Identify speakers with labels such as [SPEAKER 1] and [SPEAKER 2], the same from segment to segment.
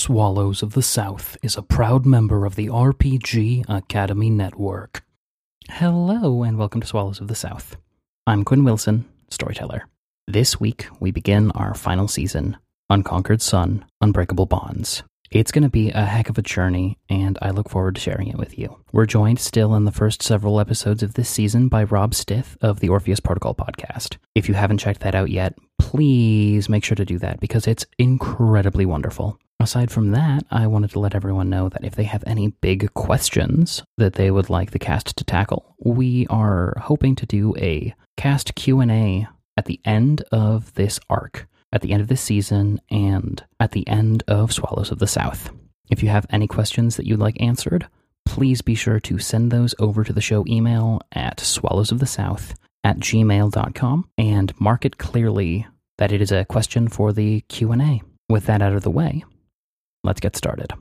[SPEAKER 1] Swallows of the South is a proud member of the RPG Academy Network. Hello, and welcome to Swallows of the South. I'm Quinn Wilson, storyteller. This week, we begin our final season Unconquered Sun, Unbreakable Bonds. It's going to be a heck of a journey, and I look forward to sharing it with you. We're joined still in the first several episodes of this season by Rob Stith of the Orpheus Protocol podcast. If you haven't checked that out yet, please make sure to do that because it's incredibly wonderful. Aside from that, I wanted to let everyone know that if they have any big questions that they would like the cast to tackle, we are hoping to do a cast Q&A at the end of this arc, at the end of this season, and at the end of Swallows of the South. If you have any questions that you'd like answered, please be sure to send those over to the show email at swallowsofthesouth at gmail.com and mark it clearly that it is a question for the Q&A. With that out of the way, let's get started.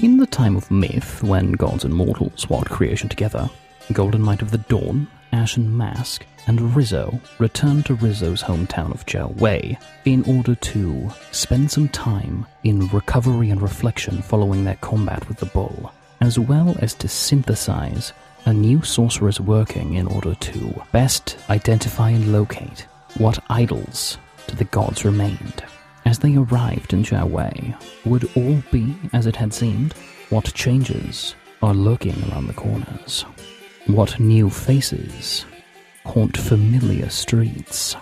[SPEAKER 1] In the time of myth, when gods and mortals wrought creation together, Golden Light of the Dawn, Ashen Mask, and Rizzo returned to Rizzo's hometown of Zhao Wei in order to spend some time in recovery and reflection following their combat with the bull, as well as to synthesize a new sorcerer's working in order to best identify and locate what idols to the gods remained. As they arrived in Zhao Wei, would all be as it had seemed? What changes are lurking around the corners? What new faces haunt familiar streets?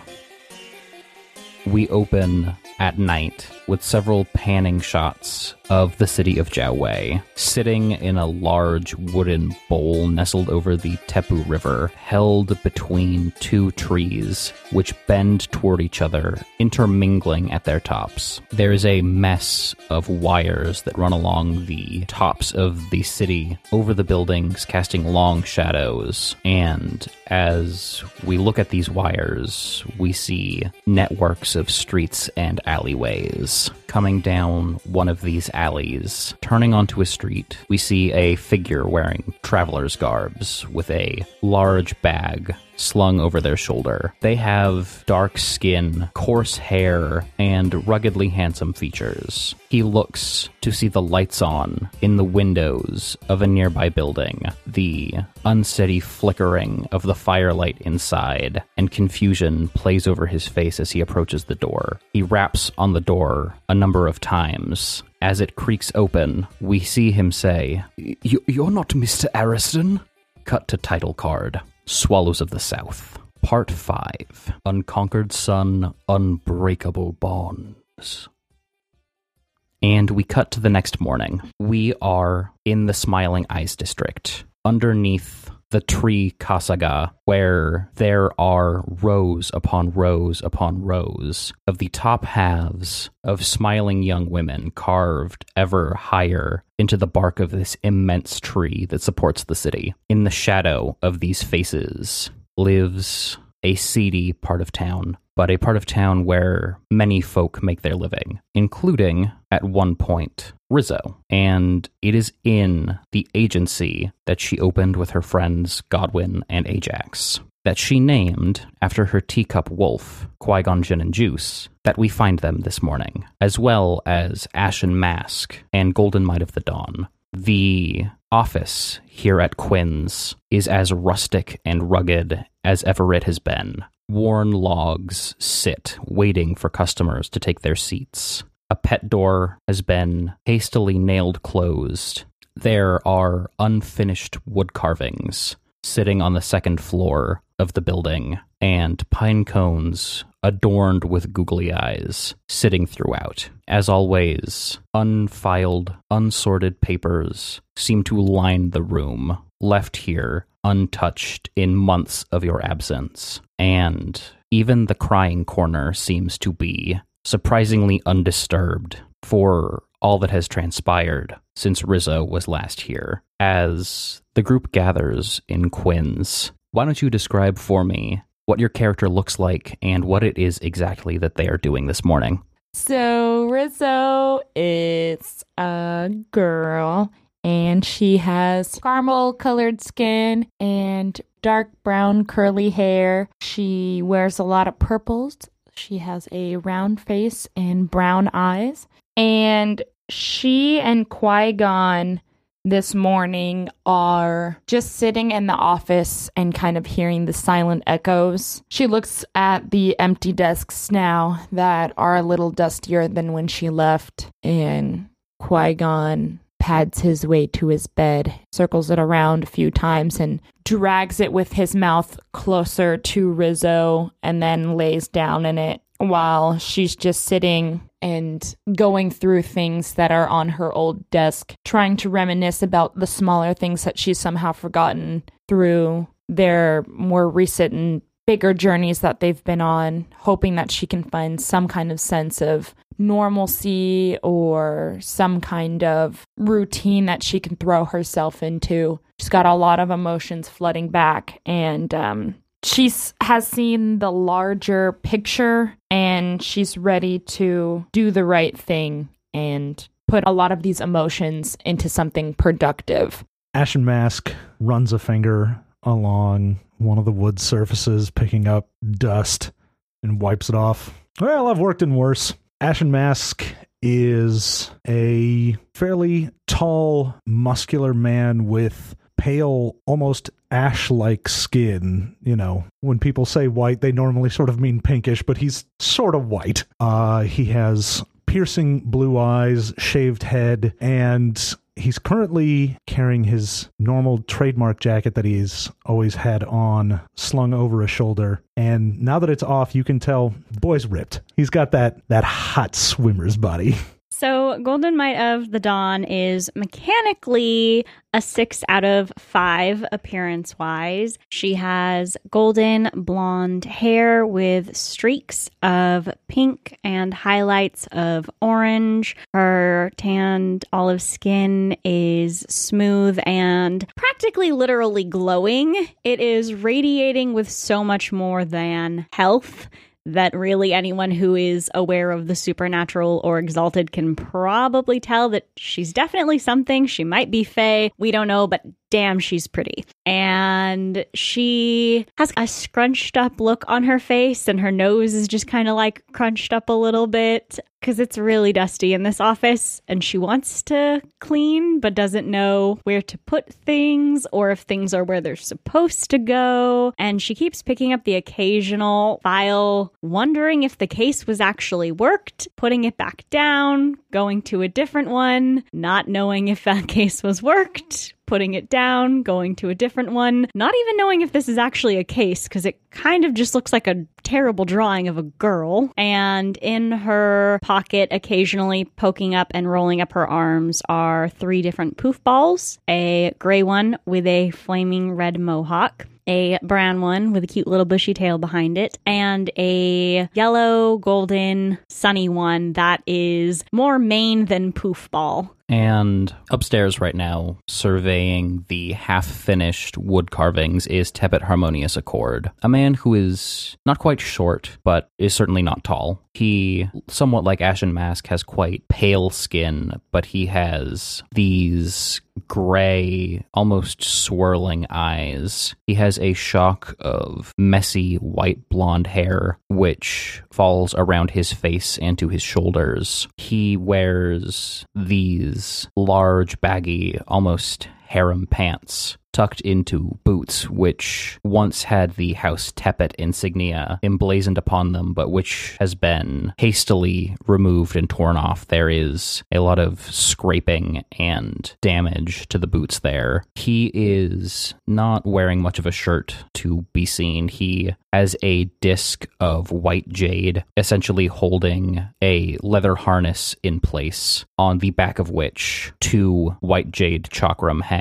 [SPEAKER 1] We open at night with several panning shots of the city of Jiaowei, sitting in a large wooden bowl nestled over the Tepu River, held between two trees which bend toward each other, intermingling at their tops. There is a mess of wires that run along the tops of the city over the buildings, casting long shadows. And as we look at these wires, we see networks of streets and alleyways. Coming down one of these alleys, turning onto a street, we see a figure wearing traveler's garbs with a large bag slung over their shoulder. They have dark skin, coarse hair, and ruggedly handsome features. He looks to see the lights on in the windows of a nearby building, the unsteady flickering of the firelight inside, and confusion plays over his face as he approaches the door. He raps on the door a number of times. As it creaks open, we see him say, You're not Mr. Ariston? Cut to title card Swallows of the South, Part 5 Unconquered Sun, Unbreakable Bonds. And we cut to the next morning. We are in the Smiling Eyes District, underneath the tree Kasaga, where there are rows upon rows upon rows of the top halves of smiling young women carved ever higher into the bark of this immense tree that supports the city. In the shadow of these faces lives a seedy part of town, but a part of town where many folk make their living, including, at one point, Rizzo. And it is in the agency that she opened with her friends Godwin and Ajax, that she named after her teacup wolf, Qui Gon Jinn and Juice, that we find them this morning, as well as Ashen Mask and Golden Might of the Dawn. The office here at Quinn's is as rustic and rugged as ever it has been. Worn logs sit, waiting for customers to take their seats. A pet door has been hastily nailed closed. There are unfinished wood carvings sitting on the second floor of the building, and pine cones adorned with googly eyes sitting throughout. As always, unfiled, unsorted papers seem to line the room, left here untouched in months of your absence. And even the crying corner seems to be surprisingly undisturbed for all that has transpired since Rizzo was last here. As the group gathers in Quinn's, why don't you describe for me what your character looks like and what it is exactly that they are doing this morning?
[SPEAKER 2] So Rizzo is a girl and she has caramel colored skin and dark brown curly hair. She wears a lot of purples. She has a round face and brown eyes. And she and Qui Gon this morning are just sitting in the office and kind of hearing the silent echoes. She looks at the empty desks now that are a little dustier than when she left, and Qui Gon pads his way to his bed, circles it around a few times, and drags it with his mouth closer to Rizzo, and then lays down in it while she's just sitting and going through things that are on her old desk, trying to reminisce about the smaller things that she's somehow forgotten through their more recent and bigger journeys that they've been on, hoping that she can find some kind of sense of normalcy or some kind of routine that she can throw herself into. She's got a lot of emotions flooding back and um she's has seen the larger picture and she's ready to do the right thing and put a lot of these emotions into something productive.
[SPEAKER 3] Ashen Mask runs a finger along one of the wood surfaces, picking up dust and wipes it off. Well, I've worked in worse. Ashen Mask is a fairly tall, muscular man with pale, almost ash like skin. You know, when people say white, they normally sort of mean pinkish, but he's sort of white. Uh, he has piercing blue eyes, shaved head, and he's currently carrying his normal trademark jacket that he's always had on slung over his shoulder and now that it's off you can tell boy's ripped he's got that that hot swimmer's body
[SPEAKER 4] So, Golden Might of the Dawn is mechanically a six out of five appearance wise. She has golden blonde hair with streaks of pink and highlights of orange. Her tanned olive skin is smooth and practically literally glowing. It is radiating with so much more than health that really anyone who is aware of the supernatural or exalted can probably tell that she's definitely something. She might be Fae. We don't know, but damn, she's pretty. And she has a scrunched up look on her face, and her nose is just kind of like crunched up a little bit because it's really dusty in this office. And she wants to clean, but doesn't know where to put things or if things are where they're supposed to go. And she keeps picking up the occasional file, wondering if the case was actually worked, putting it back down, going to a different one, not knowing if that case was worked, putting it down, going to a different one, not even knowing if this is actually a case because it kind of just looks like a terrible drawing of a girl. And in her pocket, occasionally poking up and rolling up her arms, are three different poof balls a gray one with a flaming red mohawk a brown one with a cute little bushy tail behind it, and a yellow, golden, sunny one that is more mane than poof ball.
[SPEAKER 1] And upstairs right now, surveying the half finished wood carvings, is Tepet Harmonious Accord, a man who is not quite short, but is certainly not tall. He, somewhat like Ashen Mask, has quite pale skin, but he has these gray, almost swirling eyes. He has a shock of messy white blonde hair, which falls around his face and to his shoulders. He wears these large, baggy, almost harem pants tucked into boots which once had the house tepet insignia emblazoned upon them but which has been hastily removed and torn off there is a lot of scraping and damage to the boots there he is not wearing much of a shirt to be seen he has a disc of white jade essentially holding a leather harness in place on the back of which two white jade chakram hang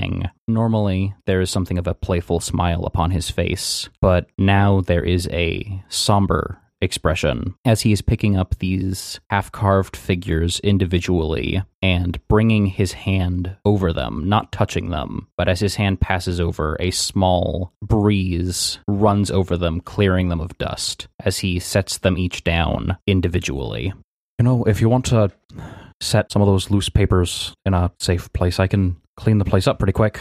[SPEAKER 1] Normally, there is something of a playful smile upon his face, but now there is a somber expression as he is picking up these half carved figures individually and bringing his hand over them, not touching them. But as his hand passes over, a small breeze runs over them, clearing them of dust as he sets them each down individually. You know, if you want to set some of those loose papers in a safe place, I can clean the place up pretty quick.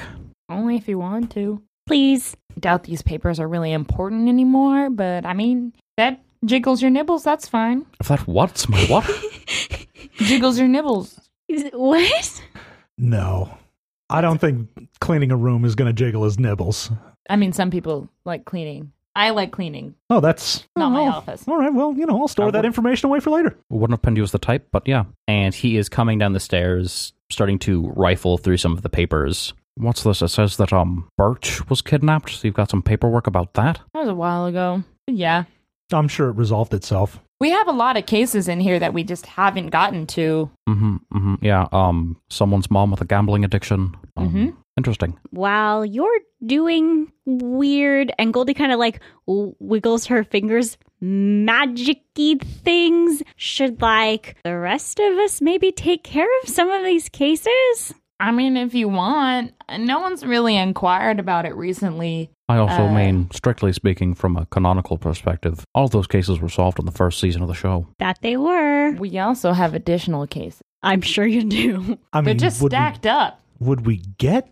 [SPEAKER 2] Only if you want to.
[SPEAKER 4] Please.
[SPEAKER 2] Doubt these papers are really important anymore, but I mean, that Jiggles your nibbles, that's fine.
[SPEAKER 1] If that what's my what?
[SPEAKER 2] Jiggles your nibbles.
[SPEAKER 4] Is it- what?
[SPEAKER 3] No. I don't think cleaning a room is going to jiggle his nibbles.
[SPEAKER 2] I mean, some people like cleaning. I like cleaning,
[SPEAKER 3] Oh, that's.
[SPEAKER 2] not my
[SPEAKER 3] oh,
[SPEAKER 2] office.
[SPEAKER 3] All right. Well, you know, I'll store
[SPEAKER 1] I
[SPEAKER 3] that
[SPEAKER 1] would-
[SPEAKER 3] information away for later.
[SPEAKER 1] Wouldn't have pinned you as the type, but yeah. And he is coming down the stairs, starting to rifle through some of the papers. What's this? It says that um Birch was kidnapped. So you've got some paperwork about that.
[SPEAKER 2] That was a while ago. Yeah.
[SPEAKER 3] I'm sure it resolved itself.
[SPEAKER 2] We have a lot of cases in here that we just haven't gotten to.
[SPEAKER 1] Mm-hmm. hmm Yeah. Um. Someone's mom with a gambling addiction. Um,
[SPEAKER 2] Mhm.
[SPEAKER 1] Interesting.
[SPEAKER 4] While you're doing weird, and Goldie kind of like w- wiggles her fingers, magic things, should like the rest of us maybe take care of some of these cases?
[SPEAKER 2] I mean, if you want, no one's really inquired about it recently.
[SPEAKER 1] I also
[SPEAKER 2] Uh,
[SPEAKER 1] mean, strictly speaking, from a canonical perspective, all of those cases were solved in the first season of the show.
[SPEAKER 4] That they were.
[SPEAKER 2] We also have additional cases.
[SPEAKER 4] I'm sure you do.
[SPEAKER 3] I
[SPEAKER 2] They're
[SPEAKER 3] mean,
[SPEAKER 2] just
[SPEAKER 3] would we-
[SPEAKER 2] stacked up.
[SPEAKER 3] would we get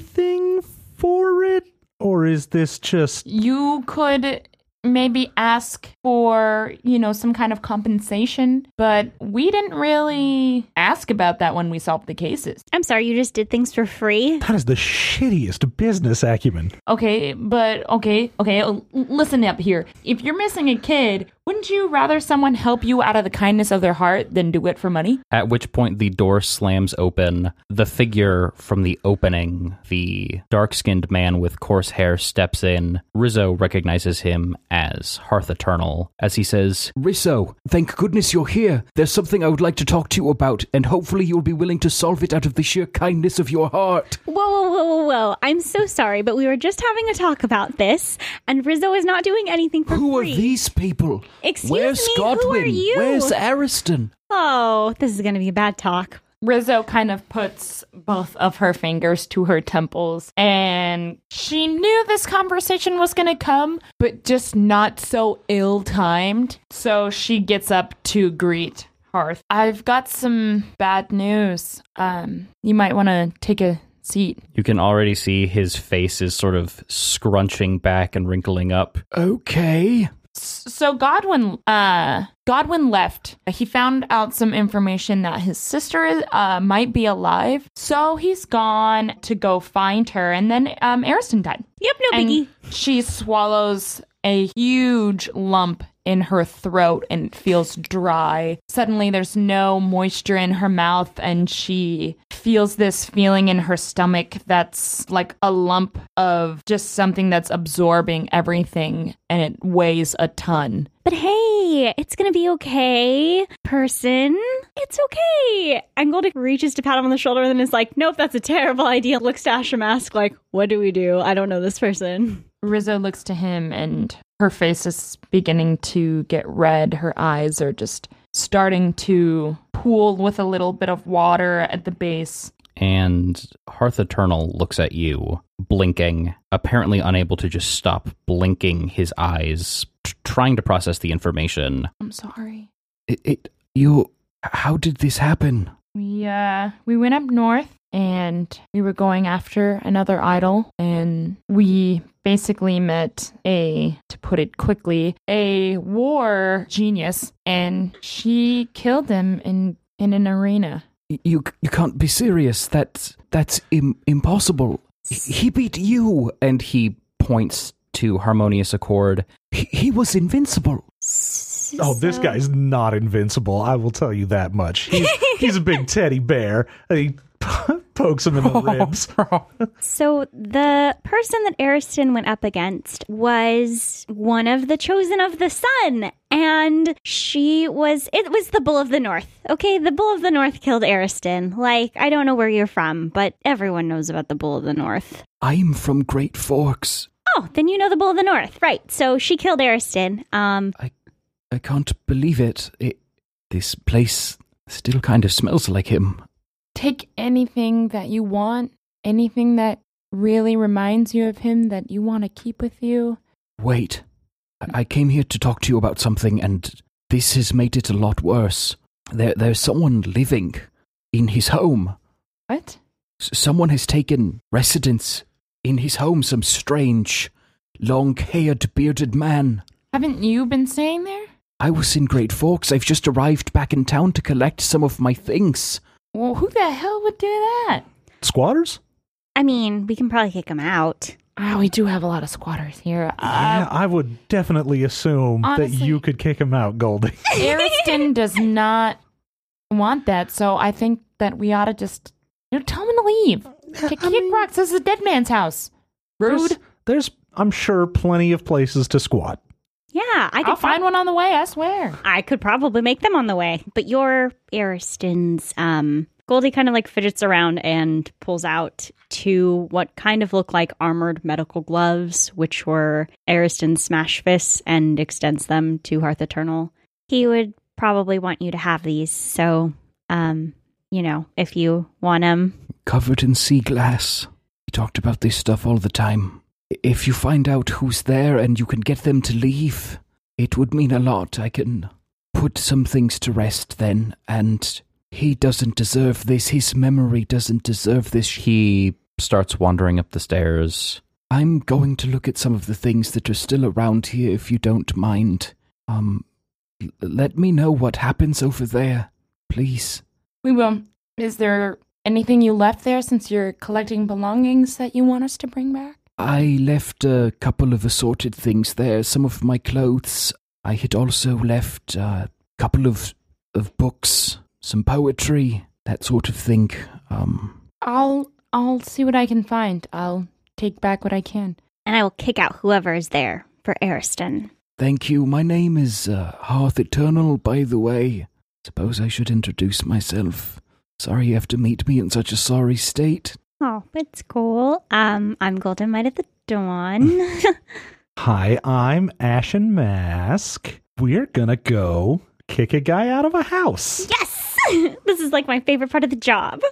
[SPEAKER 3] anything for it? Or is this just.
[SPEAKER 2] You could maybe ask for, you know, some kind of compensation, but we didn't really ask about that when we solved the cases.
[SPEAKER 4] I'm sorry, you just did things for free?
[SPEAKER 3] That is the shittiest business acumen.
[SPEAKER 2] Okay, but okay, okay, l- listen up here. If you're missing a kid, wouldn't you rather someone help you out of the kindness of their heart than do it for money?
[SPEAKER 1] At which point the door slams open. The figure from the opening, the dark skinned man with coarse hair, steps in. Rizzo recognizes him as Hearth Eternal as he says,
[SPEAKER 5] Rizzo, thank goodness you're here. There's something I would like to talk to you about, and hopefully you'll be willing to solve it out of the sheer kindness of your heart.
[SPEAKER 4] Whoa, whoa, whoa, whoa, whoa. I'm so sorry, but we were just having a talk about this, and Rizzo is not doing anything for
[SPEAKER 5] Who are
[SPEAKER 4] free.
[SPEAKER 5] these people?
[SPEAKER 4] Excuse
[SPEAKER 5] Where's
[SPEAKER 4] me, who are
[SPEAKER 5] Godwin?
[SPEAKER 4] you?
[SPEAKER 5] Where's Ariston?
[SPEAKER 4] Oh, this is going to be a bad talk.
[SPEAKER 2] Rizzo kind of puts both of her fingers to her temples, and she knew this conversation was going to come, but just not so ill timed. So she gets up to greet Hearth. I've got some bad news. Um, you might want to take a seat.
[SPEAKER 1] You can already see his face is sort of scrunching back and wrinkling up.
[SPEAKER 5] Okay.
[SPEAKER 2] so Godwin uh Godwin left. He found out some information that his sister uh, might be alive. So he's gone to go find her and then um Ariston died.
[SPEAKER 4] Yep, no
[SPEAKER 2] And
[SPEAKER 4] biggie.
[SPEAKER 2] she swallows a huge lump in her throat and it feels dry. Suddenly, there's no moisture in her mouth, and she feels this feeling in her stomach that's like a lump of just something that's absorbing everything and it weighs a ton.
[SPEAKER 4] But hey, it's going to be okay, person. It's okay. And Goldick reaches to pat him on the shoulder and then is like, nope, that's a terrible idea. Looks to Asher Mask like, what do we do? I don't know this person.
[SPEAKER 2] Rizzo looks to him, and her face is beginning to get red. Her eyes are just starting to pool with a little bit of water at the base.
[SPEAKER 1] and Hearth Eternal looks at you, blinking, apparently unable to just stop blinking his eyes, t- trying to process the information.
[SPEAKER 2] I'm sorry.
[SPEAKER 5] It, it, you, how did this happen?
[SPEAKER 2] We uh we went up north and we were going after another idol and we basically met a to put it quickly, a war genius and she killed him in in an arena.
[SPEAKER 5] Y- You, you can't be serious. That's, that's Im- impossible. H- He beat you.
[SPEAKER 1] And he points to Harmonious Accord.
[SPEAKER 5] He, he was invincible.
[SPEAKER 3] Oh, this guy's not invincible. I will tell you that much. He's, he's a big teddy bear. And he pokes him in the ribs.
[SPEAKER 4] So the person that Ariston went up against was one of the chosen of the sun, and she was it was the bull of the north. Okay, the bull of the north killed Ariston. Like I don't know where you're from, but everyone knows about the bull of the north.
[SPEAKER 5] I'm from Great Forks.
[SPEAKER 4] Oh, then you know the bull of the north, right? So she killed Ariston. Um,
[SPEAKER 5] I can't believe it. it this place still kind of smells like him.
[SPEAKER 2] Take anything that you want, anything that really reminds you of him that you want to keep with you.
[SPEAKER 5] Wait. I I came here to talk to you about something, and this has made it a lot worse. There, there's someone living in his home.
[SPEAKER 2] What?
[SPEAKER 5] S- someone has taken residence in his home, some strange, long haired, bearded man.
[SPEAKER 2] Haven't you been staying there?
[SPEAKER 5] I was in Great Forks. I've just arrived back in town to collect some of my things.
[SPEAKER 2] Well, who the hell would do that?
[SPEAKER 3] Squatters?
[SPEAKER 4] I mean, we can probably kick him out.
[SPEAKER 2] Oh, we do have a lot of squatters here.
[SPEAKER 3] yeah,
[SPEAKER 2] Uh,
[SPEAKER 3] I would definitely assume that
[SPEAKER 2] honestly-
[SPEAKER 3] you could kick him out, Goldie.
[SPEAKER 2] Ariston does not want that, so I think that we ought to just you know, tell him to leave. Kick,
[SPEAKER 3] I
[SPEAKER 2] kick
[SPEAKER 3] mean-
[SPEAKER 2] rocks. This is a dead man's house. Rude.
[SPEAKER 3] There's, there's, I'm sure, plenty of places to squat.
[SPEAKER 4] Yeah, I could
[SPEAKER 2] I'll find one on the way. I swear.
[SPEAKER 4] I could probably make them on the way. But your Ariston's um Goldie kind of like fidgets around and pulls out two what kind of look like armored medical gloves, which were Ariston's smash fists, and extends them to Hearth Eternal. He would probably want you to have these, so um, you know, if you want them,
[SPEAKER 5] Covered in sea glass. We talked about this stuff all the time. I- If you find out who's there and you can get them to leave, it would mean a lot. I can put some things to rest then, and he doesn't deserve this. His memory doesn't deserve this.
[SPEAKER 1] He starts wandering up the stairs.
[SPEAKER 5] I'm going to look at some of the things that are still around here if you don't mind. Um l- let me know what happens over there, please.
[SPEAKER 2] We will. Is there anything you left there since you're collecting belongings that you want us to bring back?
[SPEAKER 5] I left a couple of assorted things there, some of my clothes. I had also left a couple of of books, some poetry, that sort of thing. Um
[SPEAKER 2] I'll I'll see what I can find. I'll take back what I can.
[SPEAKER 4] and I will kick out whoever is there for Ariston.
[SPEAKER 5] thank you. My name is uh, Hearth Eternal, by the way. Suppose I should introduce myself. Sorry you have to meet me in such a sorry state.
[SPEAKER 4] Oh, it's cool. Um, I'm Golden Might of the Dawn.
[SPEAKER 3] Hi, I'm Ashen Mask. We're gonna go kick a guy out of a house.
[SPEAKER 4] yes! this is like my favorite part of the job.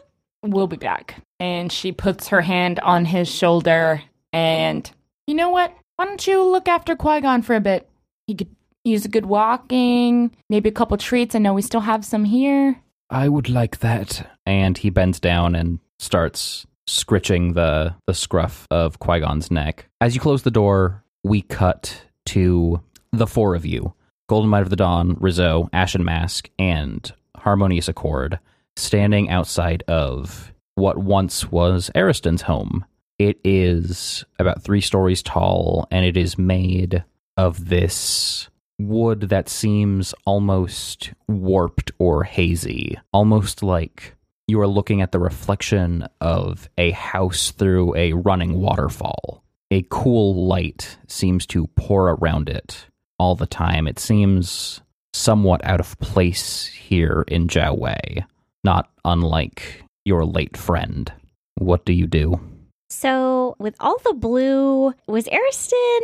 [SPEAKER 2] We'll be back. And she puts her hand on his shoulder and you know what? Why don't you look after Qui Gon for a bit? He could use a good walking, maybe a couple treats. I know we still have some here.
[SPEAKER 5] I would like that.
[SPEAKER 1] And he bends down and starts scritching the, the scruff of Qui Gon's neck. As you close the door, we cut to the four of you Golden Might of the Dawn, Rizzo, Ashen Mask, and Harmonious Accord standing outside of what once was Ariston's home. It is about three stories tall and it is made of this wood that seems almost warped or hazy, almost like you are looking at the reflection of a house through a running waterfall. A cool light seems to pour around it all the time. It seems somewhat out of place here in Jiao Wei, not unlike your late friend. What do you do?
[SPEAKER 4] So, with all the blue, was Ariston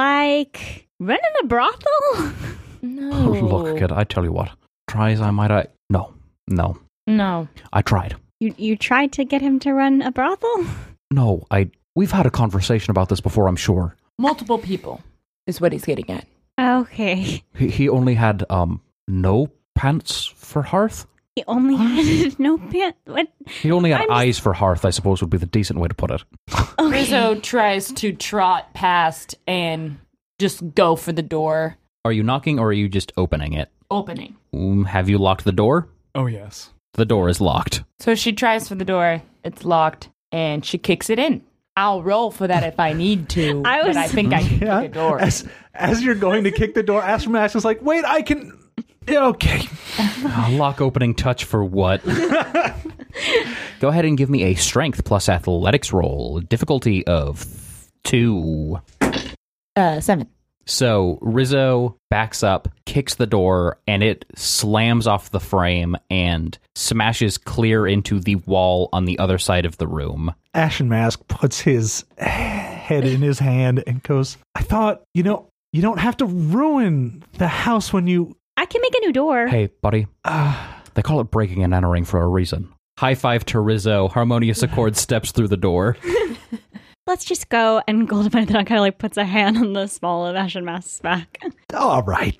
[SPEAKER 4] like running a brothel?
[SPEAKER 6] Oh,
[SPEAKER 4] Oh.
[SPEAKER 2] No.
[SPEAKER 5] I tell you what. Try as I might, I. No, no.
[SPEAKER 2] No.
[SPEAKER 5] I tried.
[SPEAKER 4] You you tried to get him to run a brothel?
[SPEAKER 5] No, I. We've had a conversation about this before, I'm sure.
[SPEAKER 2] Multiple people is what he's getting at.
[SPEAKER 4] Okay.
[SPEAKER 5] He, he only had, um, no pants for Hearth?
[SPEAKER 4] He only had no pants. What?
[SPEAKER 5] He only had
[SPEAKER 4] I'm-
[SPEAKER 5] eyes for Hearth, I suppose would be the decent way to put it.
[SPEAKER 4] Okay.
[SPEAKER 2] Rizzo tries to trot past and just go for the door
[SPEAKER 1] Are you knocking or are you just opening it?
[SPEAKER 2] opening.
[SPEAKER 1] Um, have you locked the door?
[SPEAKER 6] Oh, yes.
[SPEAKER 1] The door is locked.
[SPEAKER 2] So she tries for the door, it's locked, and she kicks it in. I'll roll for that if I need to,
[SPEAKER 4] I was-
[SPEAKER 2] but I think I can
[SPEAKER 3] Yeah.
[SPEAKER 2] kick a door.
[SPEAKER 3] As as you're going to kick the door, Ashen Mask is like, "Wait, I can." Yeah, okay.
[SPEAKER 1] A lock opening touch for what? Go ahead and give me a strength plus athletics roll, difficulty of two.
[SPEAKER 2] Uh, seven.
[SPEAKER 1] So Rizzo backs up, kicks the door, and it slams off the frame and smashes clear into the wall on the other side of the room.
[SPEAKER 3] Ashen Mask puts his head in his hand and goes, "I thought, you know, you don't have to ruin the house when you."
[SPEAKER 4] I can make a new door.
[SPEAKER 1] Hey, buddy,
[SPEAKER 3] Uh,
[SPEAKER 1] they call it breaking and entering for a reason. High five to Rizzo. Harmonious Accord steps through the door.
[SPEAKER 4] Let's just go. And Goldmine kind of like puts a hand on the small of Ashen Mask's back.
[SPEAKER 3] all right.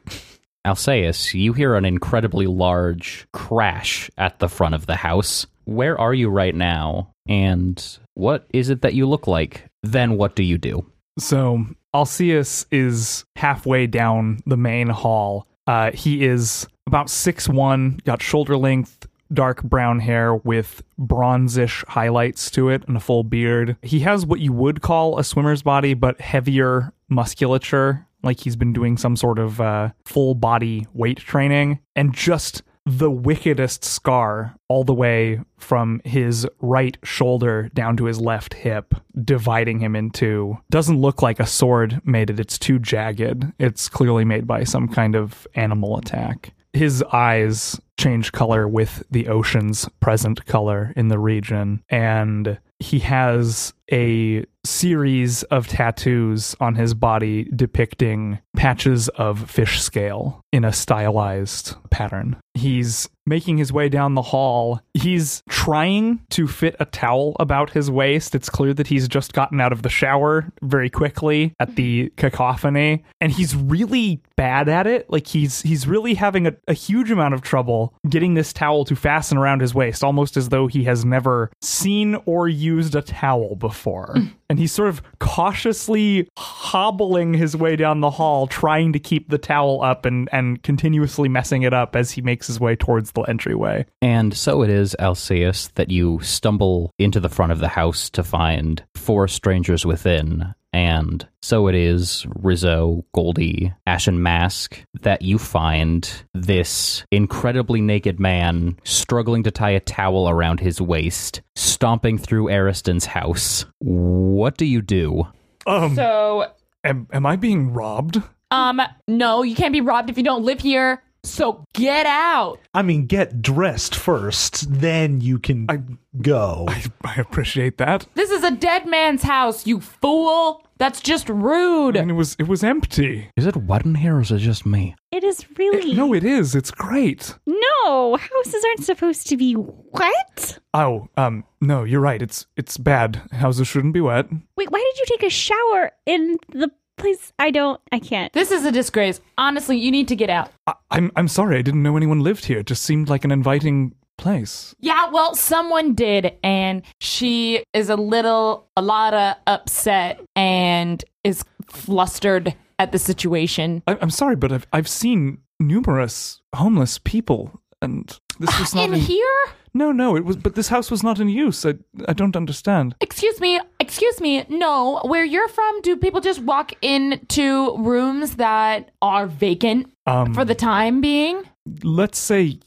[SPEAKER 1] Alceus, you hear an incredibly large crash at the front of the house. Where are you right now? And what is it that you look like? Then what do you do?
[SPEAKER 6] So Alceus is halfway down the main hall. Uh, he is about six one, got shoulder length, dark brown hair with bronzish highlights to it, and a full beard. He has what you would call a swimmer's body, but heavier musculature, like he's been doing some sort of uh, full body weight training, and just the wickedest scar all the way from his right shoulder down to his left hip, dividing him in two. Doesn't look like a sword made it, it's too jagged. It's clearly made by some kind of animal attack. His eyes change color with the ocean's present color in the region, and he has a series of tattoos on his body depicting patches of fish scale in a stylized pattern. He's making his way down the hall. He's trying to fit a towel about his waist. It's clear that he's just gotten out of the shower very quickly at the cacophony, and he's really bad at it. Like he's he's really having a, a huge amount of trouble getting this towel to fasten around his waist, almost as though he has never seen or used a towel before. and he's sort of cautiously hobbling his way down the hall, trying to keep the towel up and, and continuously messing it up as he makes his way towards the entryway.
[SPEAKER 1] And so it is, Alceus, that you stumble into the front of the house to find four strangers within. And so it is, Rizzo, Goldie, Ashen Mask, that you find this incredibly naked man struggling to tie a towel around his waist, stomping through Ariston's house. What do you do?
[SPEAKER 6] Um,
[SPEAKER 2] So,
[SPEAKER 6] am, am I being robbed?
[SPEAKER 2] um, no, you can't be robbed if you don't live here. So get out.
[SPEAKER 3] I mean, get dressed first, then you can go.
[SPEAKER 6] I, I appreciate that.
[SPEAKER 2] This is a dead man's house, you fool. That's just rude.
[SPEAKER 6] And it was it was empty.
[SPEAKER 5] Is it wet in here or is it just me?
[SPEAKER 4] It is really
[SPEAKER 6] No, it is. It's great.
[SPEAKER 4] No, houses aren't supposed to be wet.
[SPEAKER 6] Oh, um, no, you're right. It's it's bad. Houses shouldn't be wet.
[SPEAKER 4] Wait, why did you take a shower in the place? I don't. I can't.
[SPEAKER 2] This is a disgrace. Honestly, you need to get out.
[SPEAKER 6] I, I'm I'm sorry. I didn't know anyone lived here. It just seemed like an inviting place.
[SPEAKER 2] Yeah, well, someone did, and she is a little, a lot of upset and is flustered at the situation.
[SPEAKER 6] I, I'm sorry, but I've I've seen numerous homeless people, and this was not
[SPEAKER 2] In here?
[SPEAKER 6] No, no, it was. But this house was not in use. I I don't understand.
[SPEAKER 2] Excuse me, excuse me. No, where you're from, do people just walk into rooms that are vacant
[SPEAKER 6] Um,
[SPEAKER 2] for the time being?
[SPEAKER 6] let's say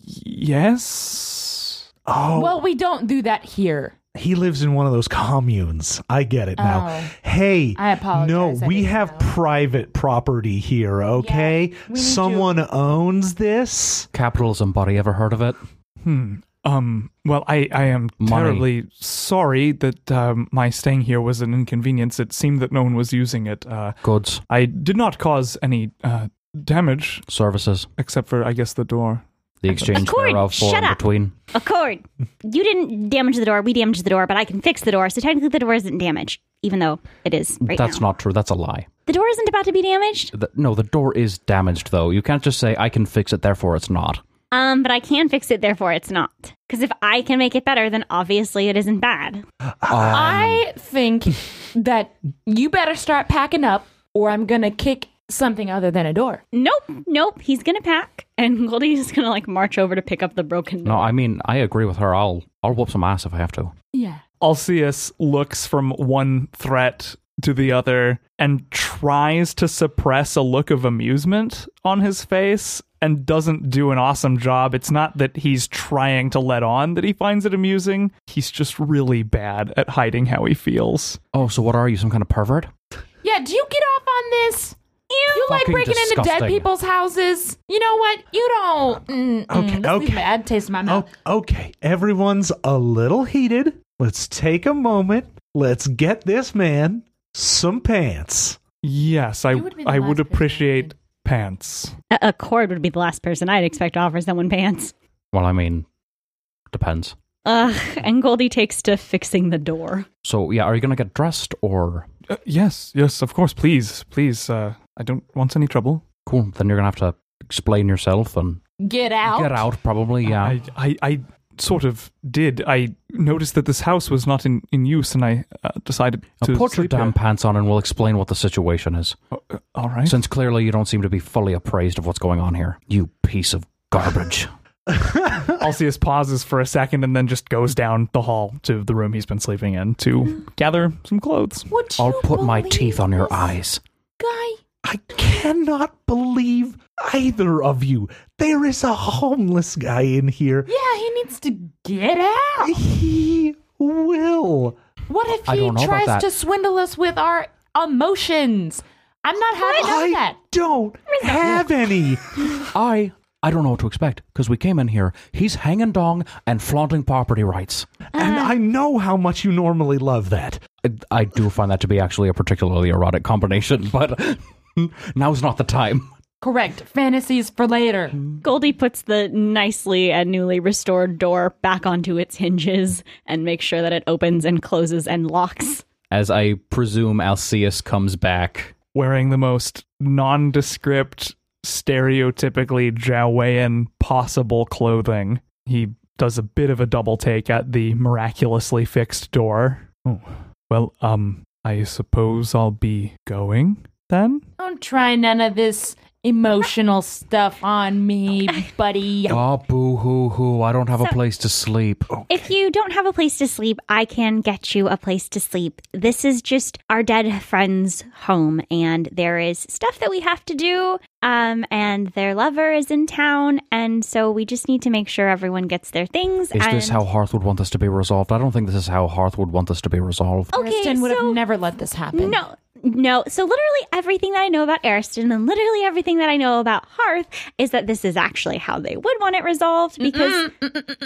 [SPEAKER 6] yes.
[SPEAKER 3] Oh,
[SPEAKER 2] Well, we don't do that here.
[SPEAKER 3] he lives in one of those communes. I get it now.
[SPEAKER 2] Oh.
[SPEAKER 3] Hey,
[SPEAKER 2] I apologize.
[SPEAKER 3] No,
[SPEAKER 2] I
[SPEAKER 3] we
[SPEAKER 2] didn't
[SPEAKER 3] have
[SPEAKER 2] know.
[SPEAKER 3] private property here, okay?
[SPEAKER 2] we need
[SPEAKER 3] Someone owns this.
[SPEAKER 5] Capitalism, buddy. Ever heard of it?
[SPEAKER 6] Um. Well, I I am
[SPEAKER 5] Money.
[SPEAKER 6] terribly sorry that um, my staying here was an inconvenience. It seemed that no one was using it. Uh,
[SPEAKER 5] Goods,
[SPEAKER 6] I did not cause any uh, damage,
[SPEAKER 5] services,
[SPEAKER 6] except for I guess the door.
[SPEAKER 5] the exchange
[SPEAKER 4] Corey,
[SPEAKER 5] thereof, for
[SPEAKER 4] shut
[SPEAKER 5] and
[SPEAKER 4] up.
[SPEAKER 5] between.
[SPEAKER 4] Accord, you didn't damage the door. We damaged the door, but I can fix the door. So technically, the door isn't damaged, even though it is right
[SPEAKER 5] That's
[SPEAKER 4] now.
[SPEAKER 5] not true. That's a lie.
[SPEAKER 4] the door isn't about to be damaged.
[SPEAKER 5] The, no, the door is damaged, though. You can't just say, I can fix it, therefore it's not.
[SPEAKER 4] Um, but I can fix it. Therefore, it's not. Because if I can make it better, then obviously it isn't bad.
[SPEAKER 5] Um,
[SPEAKER 2] I think that you better start packing up, or I'm gonna kick something other than a door.
[SPEAKER 4] Nope, nope. He's gonna pack, and Goldie's just gonna like march over to pick up the broken.
[SPEAKER 5] No, I mean, I agree with her. I'll, I'll whoop some ass if I have to.
[SPEAKER 2] Yeah.
[SPEAKER 6] Alceus looks from one threat to the other and tries to suppress a look of amusement on his face and doesn't do an awesome job. It's not that he's trying to let on that he finds it amusing. He's just really bad at hiding how he feels.
[SPEAKER 5] Oh, so what are you, some kind of pervert?
[SPEAKER 2] Yeah, do you get off on this? You like
[SPEAKER 5] Fucking
[SPEAKER 2] breaking into dead
[SPEAKER 5] disgusting.
[SPEAKER 2] peop's houses. You know what? You don't. Mm, mm,
[SPEAKER 3] Okay,
[SPEAKER 2] this leaves
[SPEAKER 3] okay.
[SPEAKER 2] a bad taste in my mouth.
[SPEAKER 3] Oh, okay. Everyone's a little heated. Let's take a moment. Let's get this man some pants.
[SPEAKER 6] Yes, I
[SPEAKER 2] You would be the
[SPEAKER 6] I
[SPEAKER 2] last
[SPEAKER 6] would
[SPEAKER 2] person I
[SPEAKER 6] appreciate
[SPEAKER 2] would.
[SPEAKER 6] pants.
[SPEAKER 4] A- Accord would be the last person I'd expect to offer someone pants.
[SPEAKER 5] Well, I mean, depends.
[SPEAKER 4] Ugh, and Goldie takes to fixing the door.
[SPEAKER 5] So, yeah, are you going to get dressed or.
[SPEAKER 6] Uh, yes, yes, of course, please. Please uh I don't want any trouble.
[SPEAKER 5] Cool, then you're going to have to explain yourself and
[SPEAKER 2] Get out.
[SPEAKER 5] get out, probably, yeah.
[SPEAKER 6] I, I, I sort of did. I noticed that this house was not in, in use, and I uh, decided to
[SPEAKER 7] Now put your
[SPEAKER 6] sleep
[SPEAKER 7] damn
[SPEAKER 6] here. Oh, uh,
[SPEAKER 7] pants on and we'll explain what the situation is.
[SPEAKER 6] All right.
[SPEAKER 7] Since clearly you don't seem to be fully appraised of what's going on here. You piece of garbage.
[SPEAKER 6] Alcius pauses for a second and then just goes down the hall to the room he's been sleeping in to gather some clothes.
[SPEAKER 2] Would
[SPEAKER 7] I'll
[SPEAKER 2] you
[SPEAKER 7] put my
[SPEAKER 2] believe
[SPEAKER 7] teeth on your
[SPEAKER 2] this
[SPEAKER 7] eyes.
[SPEAKER 2] Guy,
[SPEAKER 3] I cannot believe either of you. There is a homeless guy in here.
[SPEAKER 2] yeah, he needs to get out.
[SPEAKER 3] He will.
[SPEAKER 2] What if
[SPEAKER 7] I
[SPEAKER 2] he
[SPEAKER 7] don't know about
[SPEAKER 2] tries
[SPEAKER 7] that.
[SPEAKER 2] to swindle us with our emotions? I'm not having none of
[SPEAKER 3] I
[SPEAKER 2] that.
[SPEAKER 3] don't have any.
[SPEAKER 7] I I don't know what to expect because we came in here. He's hanging dong and flaunting property rights.
[SPEAKER 3] And I know how much you normally love that.
[SPEAKER 7] I, I do find that to be actually a particularly erotic combination, but now's not the time.
[SPEAKER 2] Correct. Fantasies for later.
[SPEAKER 8] Goldie puts the nicely and newly restored door back onto its hinges and makes sure that it opens and closes and locks.
[SPEAKER 7] As I presume Alceus comes back.
[SPEAKER 6] wearing the most nondescript, stereotypically Jawayan possible clothing. He does a bit of a double take at the miraculously fixed door. Oh, well, um, I suppose I'll be going then.
[SPEAKER 2] Don't try none of this emotional stuff on me, buddy.
[SPEAKER 7] Oh, boo hoo hoo. I don't have a place to sleep.
[SPEAKER 4] If you don't have a place to sleep, I can get you a place to sleep. This is just our dead friend's home, and there is stuff that we have to do. Um, and their lover is in town, and so we just need to make sure everyone gets their things.
[SPEAKER 7] Is
[SPEAKER 4] and
[SPEAKER 7] this how Hearth would want this to be resolved? I don't think this is how Hearth would want this to be resolved.
[SPEAKER 4] Okay,
[SPEAKER 2] Kristen would
[SPEAKER 4] so-
[SPEAKER 2] have never let this happen.
[SPEAKER 4] No, no. So literally everything that I know about Ariston and literally everything that I know about Hearth is that this is actually how they would want it resolved because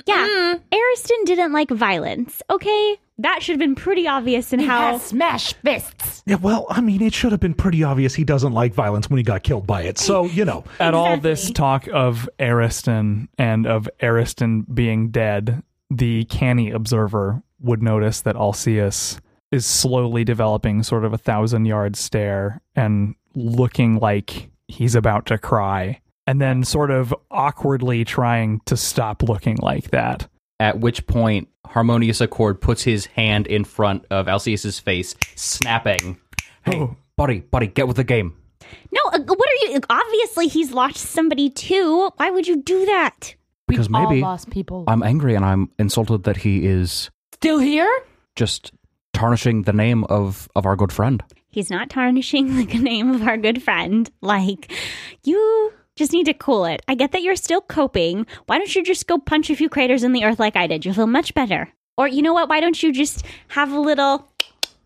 [SPEAKER 4] yeah, Ariston didn't like violence. Okay, that should have been pretty obvious in how.
[SPEAKER 2] How smash fists.
[SPEAKER 3] Yeah, well, I mean, it should have been pretty obvious he doesn't like violence when he got killed by it. So, you know.
[SPEAKER 6] At all this talk of Ariston and of Ariston being dead, the canny observer would notice that Alceus is slowly developing sort of a thousand yard stare and looking like he's about to cry, and then sort of awkwardly trying to stop looking like that.
[SPEAKER 1] At which point, Harmonious Accord puts his hand in front of Alceus's face, snapping.
[SPEAKER 7] Hey, buddy, buddy, get with the game.
[SPEAKER 4] no, uh, what are you? Obviously, he's lost somebody too. Why would you do that?
[SPEAKER 7] Because
[SPEAKER 2] All
[SPEAKER 7] maybe
[SPEAKER 2] lost
[SPEAKER 4] Oh.
[SPEAKER 2] people.
[SPEAKER 7] I'm angry and I'm insulted that he is
[SPEAKER 2] Still here?
[SPEAKER 7] just tarnishing the name of, of our good friend.
[SPEAKER 4] He's not tarnishing the name of our good friend. Like you. Just need to cool it. I get that you're still coping. Why don't you just go punch a few craters in the earth like I did? You'll feel much better. Or you know what? Why don't you just have a little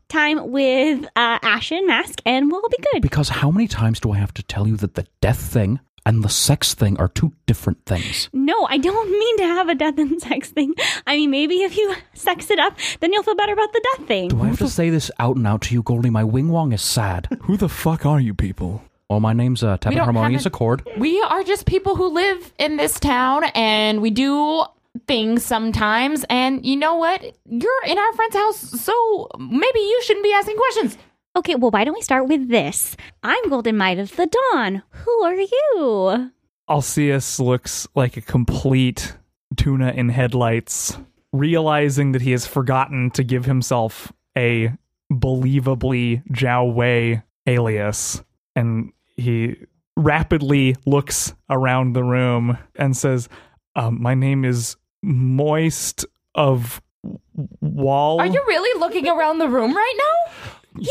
[SPEAKER 4] time with uh, Ashen Mask and we'll be good.
[SPEAKER 7] Because how many times do I have to tell you that the death thing and the sex thing are two different things?
[SPEAKER 4] No, I don't mean to have a death and sex thing. I mean, maybe if you sex it up, then you'll feel better about the death thing.
[SPEAKER 7] Do I have to say this out and out to you, Goldie? My wing wong is sad.
[SPEAKER 6] Who the fuck are you people?
[SPEAKER 7] Well, my name's uh, Tevin
[SPEAKER 2] don't have
[SPEAKER 7] Harmonious
[SPEAKER 2] a-
[SPEAKER 7] Accord.
[SPEAKER 2] We are just people who live in this town and we do things sometimes. And you know what? You're in our friend's house, so maybe you shouldn't be asking questions.
[SPEAKER 4] Okay, well, why don't we start with this? I'm Golden Might of the Dawn. Who are you?
[SPEAKER 6] Alceus looks like a complete tuna in headlights, realizing that he has forgotten to give himself a believably Zhao Wei alias. And he rapidly looks around the room and says, um, My name is Moist of W- Wall.
[SPEAKER 2] Are you really looking around the room right now?
[SPEAKER 4] He's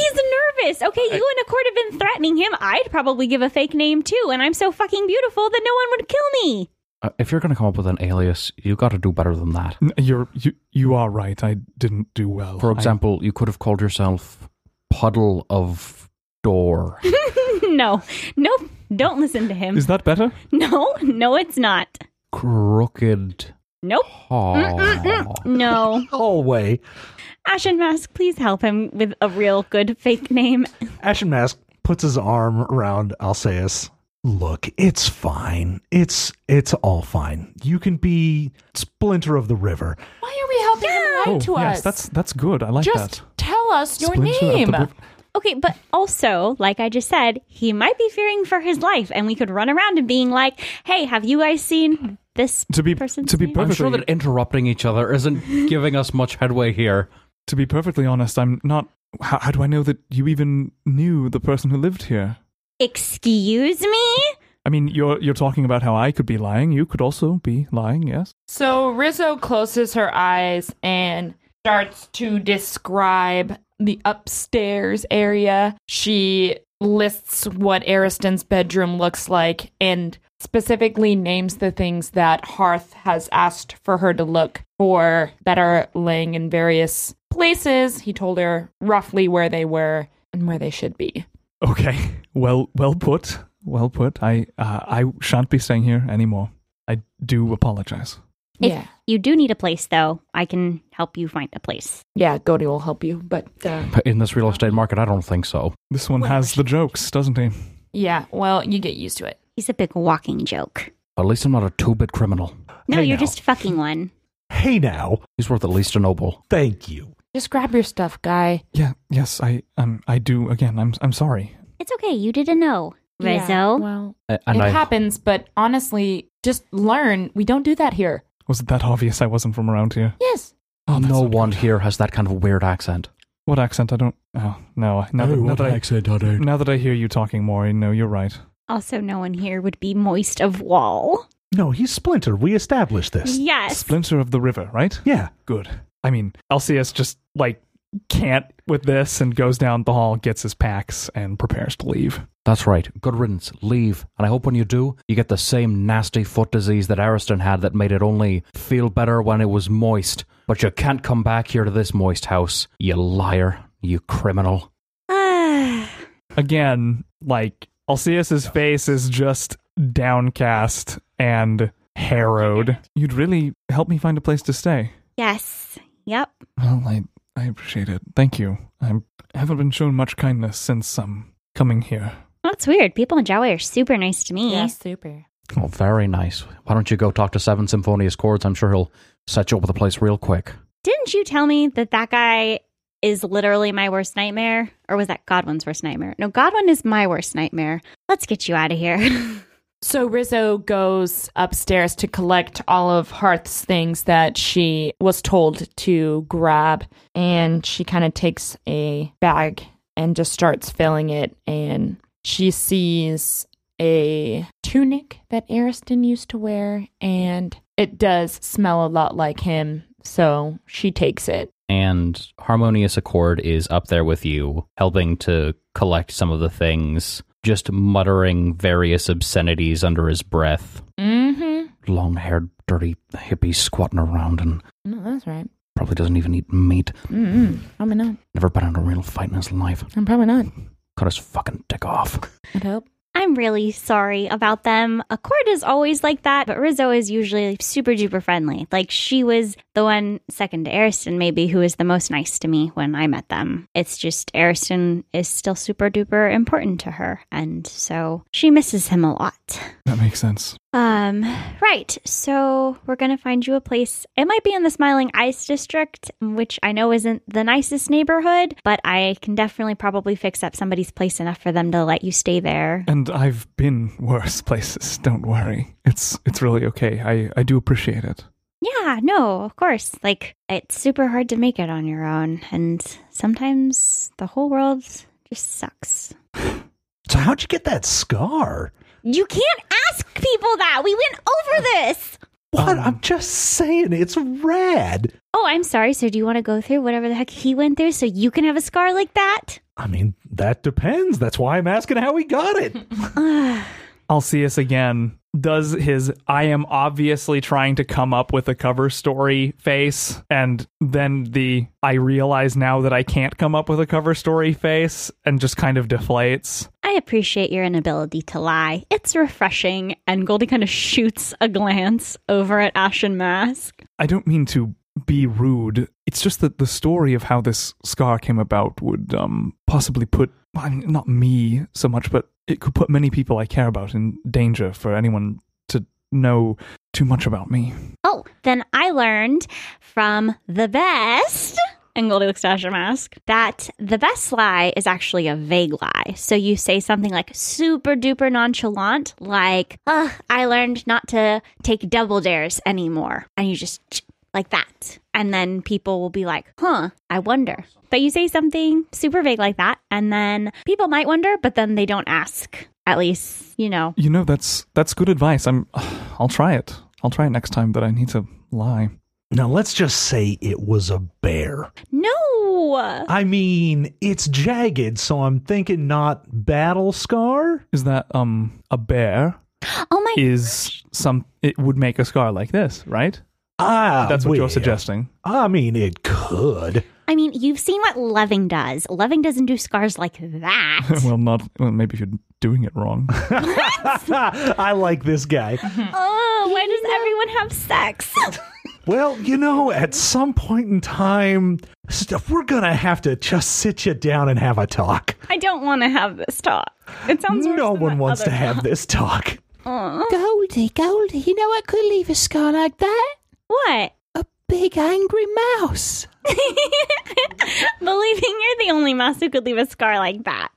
[SPEAKER 4] nervous. Okay, you and Accord have been threatening him. I'd probably give a fake name too, and I'm so fucking beautiful that no one would kill me.
[SPEAKER 7] Uh, if you're going to come up with an alias, you got to do better than that.
[SPEAKER 6] N- You're, you, you are right. I didn't do well.
[SPEAKER 7] For
[SPEAKER 6] I-
[SPEAKER 7] example, you could have called yourself Puddle of Door.
[SPEAKER 4] no, nope, don't listen to him.
[SPEAKER 6] is that better?
[SPEAKER 4] No, no, it's not.
[SPEAKER 7] Crooked
[SPEAKER 4] Nope,
[SPEAKER 7] Paw.
[SPEAKER 4] no.
[SPEAKER 3] Hallway.
[SPEAKER 4] Ashen Mask, please help him with a real good fake name.
[SPEAKER 3] Ashen Mask puts his arm around Alceus. Look, it's fine. It's it's all fine. You can be Splinter of the River.
[SPEAKER 2] Why are we helping him lie to
[SPEAKER 6] Oh, yes,
[SPEAKER 2] us?
[SPEAKER 6] that's that's good. I like
[SPEAKER 2] just
[SPEAKER 6] that.
[SPEAKER 2] tell us your
[SPEAKER 6] Splinter of the
[SPEAKER 2] name.
[SPEAKER 6] River.
[SPEAKER 4] Okay, but also, like I just said, he might be fearing for his life, and we could run around and being like, hey, have you guys seen this
[SPEAKER 6] To be
[SPEAKER 4] person's
[SPEAKER 6] to be
[SPEAKER 4] name?
[SPEAKER 6] perfectly
[SPEAKER 7] I'm sure that interrupting each other isn't giving us much headway here.
[SPEAKER 6] to be perfectly honest, I'm not. How, how do I know that you even knew the person who lived here?
[SPEAKER 4] Excuse me?
[SPEAKER 6] I mean, you're you're talking about how I could be lying. You could also be lying. Yes.
[SPEAKER 2] So Rizzo closes her eyes and starts to describe the upstairs area. She lists what Ariston's bedroom looks like and specifically names the things that Hearth has asked for her to look for that are laying in various places. He told her roughly where they were and where they should be.
[SPEAKER 6] Okay. Well, well put. Well put. I uh, I shan't be staying here anymore. I do apologize.
[SPEAKER 4] If-
[SPEAKER 2] yeah.
[SPEAKER 4] You do need a place, though. I can help you find a place.
[SPEAKER 2] Yeah, Gody will help you, but uh,
[SPEAKER 7] But in this real estate market, I don't think so.
[SPEAKER 6] This one has the jokes, doesn't he?
[SPEAKER 2] yeah, well, you get used to it.
[SPEAKER 4] He's a big walking joke.
[SPEAKER 7] At least I'm not a two-bit criminal.
[SPEAKER 4] No,
[SPEAKER 3] Hey,
[SPEAKER 4] you're
[SPEAKER 3] now.
[SPEAKER 4] just fucking one.
[SPEAKER 3] Hey now,
[SPEAKER 7] He's worth at least a noble.
[SPEAKER 3] thank you.
[SPEAKER 2] Just grab your stuff, guy.
[SPEAKER 6] Yeah. Yes. I um I do again. I'm I'm sorry.
[SPEAKER 4] It's okay. You didn't know, Rizzo.
[SPEAKER 2] Yeah, well,
[SPEAKER 7] A- And
[SPEAKER 2] it
[SPEAKER 7] I
[SPEAKER 2] happens, but honestly, just learn. We don't do that here.
[SPEAKER 6] Was it that obvious? I wasn't from around here.
[SPEAKER 2] Yes.
[SPEAKER 6] Oh, that's
[SPEAKER 7] no
[SPEAKER 6] not
[SPEAKER 7] one
[SPEAKER 6] good.
[SPEAKER 7] here has that kind of weird accent.
[SPEAKER 6] What accent? I don't. Oh no. Now, that, now, that I,
[SPEAKER 3] accent are they?
[SPEAKER 6] now that I hear you talking more, no, you're right.
[SPEAKER 4] Also, no one here would be moist of wall.
[SPEAKER 3] No, he's Splinter. We established this.
[SPEAKER 4] Yes.
[SPEAKER 6] Splinter of the River, right?
[SPEAKER 3] Yeah.
[SPEAKER 6] Good. I mean, LCS just like can't with this and goes down the hall, gets his packs, and prepares to leave.
[SPEAKER 7] That's right. Good riddance. Leave. And I hope when you do, you get the same nasty foot disease that Ariston had that made it only feel better when it was moist. But you can't come back here to this moist house. You liar. You criminal.
[SPEAKER 4] Ah.
[SPEAKER 6] Again, like Alceus's face is just downcast and harrowed. You'd really help me find a place to stay.
[SPEAKER 4] yes. Yep.
[SPEAKER 6] Well, I I appreciate it. Thank you. I haven't been shown much kindness since um coming here.
[SPEAKER 4] That's weird. People in Jawa are super nice to me.
[SPEAKER 2] Yeah, super.
[SPEAKER 7] Oh, very nice. Why don't you go talk to Seven Symphonious Chords? I'm sure he'll set you up with a place real quick.
[SPEAKER 4] Didn't you tell me that that guy is literally my worst nightmare? Or was that Godwin's worst nightmare? No, Godwin is my worst nightmare. Let's get you out of here.
[SPEAKER 2] So Rizzo goes upstairs to collect all of Hearth's things that she was told to grab, and she kind of takes a bag and just starts filling it. And she sees a tunic that Ariston used to wear, and it does smell a lot like him. So she takes it.
[SPEAKER 7] and Harmonious Accord is up there with you, helping to collect some of the things, just muttering various obscenities under his breath.
[SPEAKER 2] Mm-hmm.
[SPEAKER 7] Long haired, dirty hippie squatting around and
[SPEAKER 2] No, that's right.
[SPEAKER 7] probably doesn't even eat meat.
[SPEAKER 2] Mm-mm. Probably not.
[SPEAKER 7] Never been in a real fight in his life.
[SPEAKER 2] I'm probably not.
[SPEAKER 7] Cut his fucking dick off.
[SPEAKER 2] I'd hope.
[SPEAKER 4] I'm really sorry about them. Accord is always like that, but Rizzo is usually super duper friendly. Like she was the one second to Ariston maybe who was the most nice to me when I met them. It's just Ariston is still super duper important to her, and so she misses him a lot.
[SPEAKER 6] That makes sense.
[SPEAKER 4] Um, right. So we're going to find you a place. It might be in the Smiling Ice District, which I know isn't the nicest neighborhood, but I can definitely probably fix up somebody's place enough for them to let you stay there.
[SPEAKER 6] And I've been worse places, don't worry. It's it's really okay. I, I do appreciate it.
[SPEAKER 4] Yeah, no, of course. Like, it's super hard to make it on your own. And sometimes the whole world just sucks.
[SPEAKER 3] So how'd you get that scar?
[SPEAKER 4] You can't ask people that. We went over this.
[SPEAKER 3] What?
[SPEAKER 6] Um,
[SPEAKER 3] I'm just saying, it's rad.
[SPEAKER 4] Oh, I'm sorry. So, do you want to go through whatever the heck he went through so you can have a scar like that?
[SPEAKER 3] I mean, that depends. That's why I'm asking how he got it.
[SPEAKER 4] Ugh.
[SPEAKER 6] Alceus again does his I am obviously trying to come up with a cover story face and then the I realize now that I can't come up with a cover story face and just kind of deflates.
[SPEAKER 4] I appreciate your inability to lie. It's refreshing. And Goldie kind of shoots a glance over at Ashen Mask.
[SPEAKER 6] I don't mean to be rude. It's just that the story of how this scar came about would um possibly put I mean, not me so much, but it could put many people I care about in danger for anyone to know too much about me.
[SPEAKER 4] Oh, then I learned from the best And Goldie looks to Asher Mask.
[SPEAKER 9] that the best lie is actually a vague lie. So you say something like super duper nonchalant, like, Ugh, I learned not to take double dares anymore. And you just like that. And then people will be like, huh, I wonder.
[SPEAKER 4] But you say something super vague like that, and then people might wonder, but then they don't ask. At least, you know.
[SPEAKER 6] You know, that's that's good advice. I'm I'll try it. I'll try it next time that I need to lie.
[SPEAKER 3] Now, let's just say it was a bear.
[SPEAKER 4] No!
[SPEAKER 3] I mean, it's jagged, so I'm thinking not battle scar.
[SPEAKER 6] Is that um a bear
[SPEAKER 4] Oh my
[SPEAKER 6] is some it would make a scar like this, right?
[SPEAKER 3] Ah,
[SPEAKER 6] That's what
[SPEAKER 3] well,
[SPEAKER 6] you're suggesting.
[SPEAKER 3] I mean, it could.
[SPEAKER 4] I mean, you've seen what Loving does. Loving doesn't do scars like that.
[SPEAKER 6] well, not well, maybe if you're doing it wrong.
[SPEAKER 3] I like this guy.
[SPEAKER 4] oh, why does everyone have sex?
[SPEAKER 3] Well, you know, at some point in time, st- we're going to have to just sit you down and have a talk.
[SPEAKER 4] I don't want to have this talk. It sounds worse
[SPEAKER 3] No
[SPEAKER 4] than
[SPEAKER 3] one
[SPEAKER 4] my
[SPEAKER 3] wants to
[SPEAKER 4] other-
[SPEAKER 3] have this talk.
[SPEAKER 10] Goldie, Goldie, you know what could leave a scar like that?
[SPEAKER 4] What?
[SPEAKER 10] A big angry mouse.
[SPEAKER 4] Believing you're the only mouse who could leave a scar like that.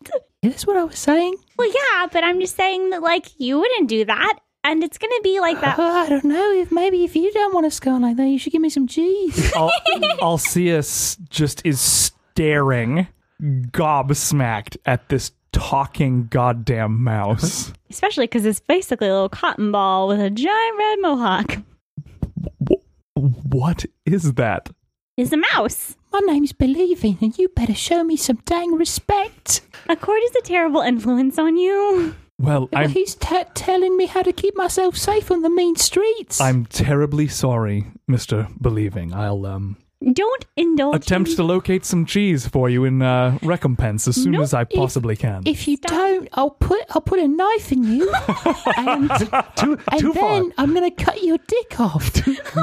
[SPEAKER 10] Yeah, that's what I was saying.
[SPEAKER 4] Well, yeah, but I'm just saying that, like, you wouldn't do that. And it's going to be like that.
[SPEAKER 10] Oh, I don't know. If maybe if you don't want a scar like that, you should give me some cheese.
[SPEAKER 6] Al- Alcius just is staring, gobsmacked at this talking goddamn mouse.
[SPEAKER 4] Especially because it's basically a little cotton ball with a giant red mohawk.
[SPEAKER 6] What is that?
[SPEAKER 4] Is a mouse.
[SPEAKER 10] My name's Believing, and you better show me some dang respect.
[SPEAKER 4] Accord is a terrible influence on you.
[SPEAKER 6] Well, I'm
[SPEAKER 10] He's t- telling me how to keep myself safe on the mean streets.
[SPEAKER 6] I'm terribly sorry, Mister Believing. I'll um
[SPEAKER 4] Don't
[SPEAKER 10] Oh,
[SPEAKER 4] indulge.
[SPEAKER 6] attempt to locate some cheese for you in uh, recompense as soon
[SPEAKER 10] No,
[SPEAKER 6] as I
[SPEAKER 10] if-
[SPEAKER 6] possibly can.
[SPEAKER 10] if you don't, I'll put I'll put a knife in you, and,
[SPEAKER 3] Too,
[SPEAKER 10] and
[SPEAKER 3] too far.
[SPEAKER 10] then I'm gonna cut your dick off.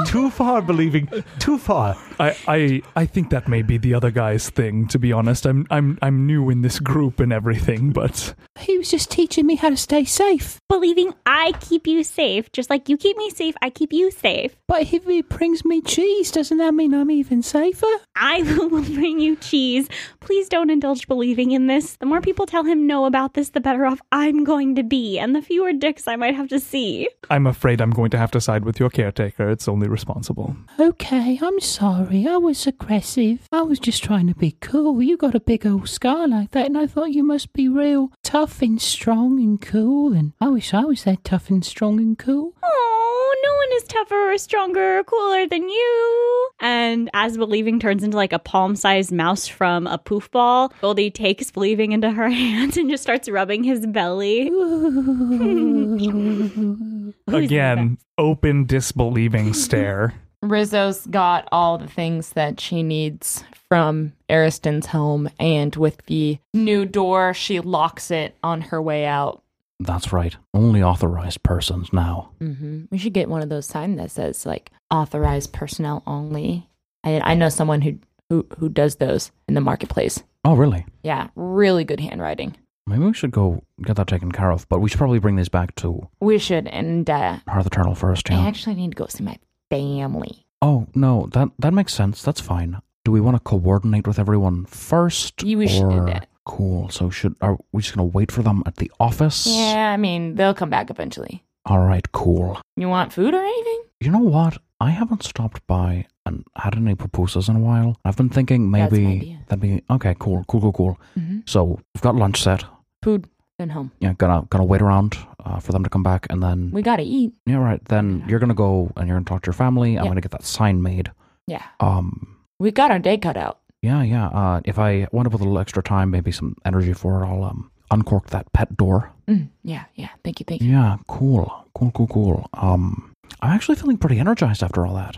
[SPEAKER 3] Too far, believing. Too far.
[SPEAKER 6] I, I I think that may be the other guy's thing. To be honest, I'm I'm I'm new in this group and everything, but
[SPEAKER 10] he was just teaching me how to stay safe.
[SPEAKER 4] believing I keep you safe. Just like you keep me safe, I keep you safe.
[SPEAKER 10] But if he brings me cheese, doesn't that mean I'm even safer?
[SPEAKER 4] I will bring you cheese. Please don't indulge believing in this. The more people tell him no about this, the better off I'm going to be, and the fewer dicks I might have to see.
[SPEAKER 6] I'm afraid I'm going to have to side with your caretaker. It's only responsible.
[SPEAKER 10] Okay, I'm sorry. I was aggressive. I was just trying to be cool. You got a big old scar like that, and I thought you must be real tough and strong and cool. And I wish I was that tough and strong and cool.
[SPEAKER 4] Oh, no one is tougher or stronger or cooler than you. And as Believing turns into like a palm sized mouse from a poof ball, Goldie takes Believing into her hands and just starts rubbing his belly. Who's
[SPEAKER 6] Again, open disbelieving stare.
[SPEAKER 2] Rizzo's got all the things that she needs from Ariston's home, and with the new door, she locks it on her way out.
[SPEAKER 1] That's right. Only authorized persons now.
[SPEAKER 2] hmm We should get one of those signs that says like authorized personnel only. I I know someone who who who does those in the marketplace.
[SPEAKER 1] Oh, really?
[SPEAKER 2] Yeah, really good handwriting.
[SPEAKER 1] Maybe we should go get that taken care of, but we should probably bring this back to
[SPEAKER 2] We should, and uh,
[SPEAKER 1] Hearth Eternal first, yeah.
[SPEAKER 2] I actually need to go see my family.
[SPEAKER 1] Oh, no, that, that makes sense. That's fine. Do we want to coordinate with everyone first?
[SPEAKER 2] You- we should do
[SPEAKER 1] or-
[SPEAKER 2] that.
[SPEAKER 1] Cool. So should are we just going to wait for them at the office?
[SPEAKER 2] Yeah, I mean they'll come back eventually.
[SPEAKER 1] All right, cool.
[SPEAKER 2] You want food or anything?
[SPEAKER 1] You know what? I haven't stopped by and had any proposals in a while. I've been thinking
[SPEAKER 2] That's an
[SPEAKER 1] maybe
[SPEAKER 2] idea.
[SPEAKER 1] that'd be okay. Cool, cool, cool, cool.
[SPEAKER 7] Mm-hmm.
[SPEAKER 2] Mhm.
[SPEAKER 1] So we've got lunch set.
[SPEAKER 2] Food, then home.
[SPEAKER 1] Yeah, gonna gonna wait around uh, for them to come back, and then
[SPEAKER 2] We gotta eat.
[SPEAKER 1] yeah, right. Then you're gonna go and you're gonna talk to your family. I'm
[SPEAKER 2] Yeah.
[SPEAKER 1] gonna get that sign made.
[SPEAKER 2] Yeah,
[SPEAKER 1] Um,
[SPEAKER 2] we got our day cut out.
[SPEAKER 1] yeah, yeah. Uh, if I want to put a little extra time, maybe some energy for it, I'll um uncork that pet door.
[SPEAKER 2] Mm, yeah, yeah. Thank you, thank you.
[SPEAKER 1] Yeah, cool, cool, cool, cool. Um, I'm actually feeling pretty energized after all that.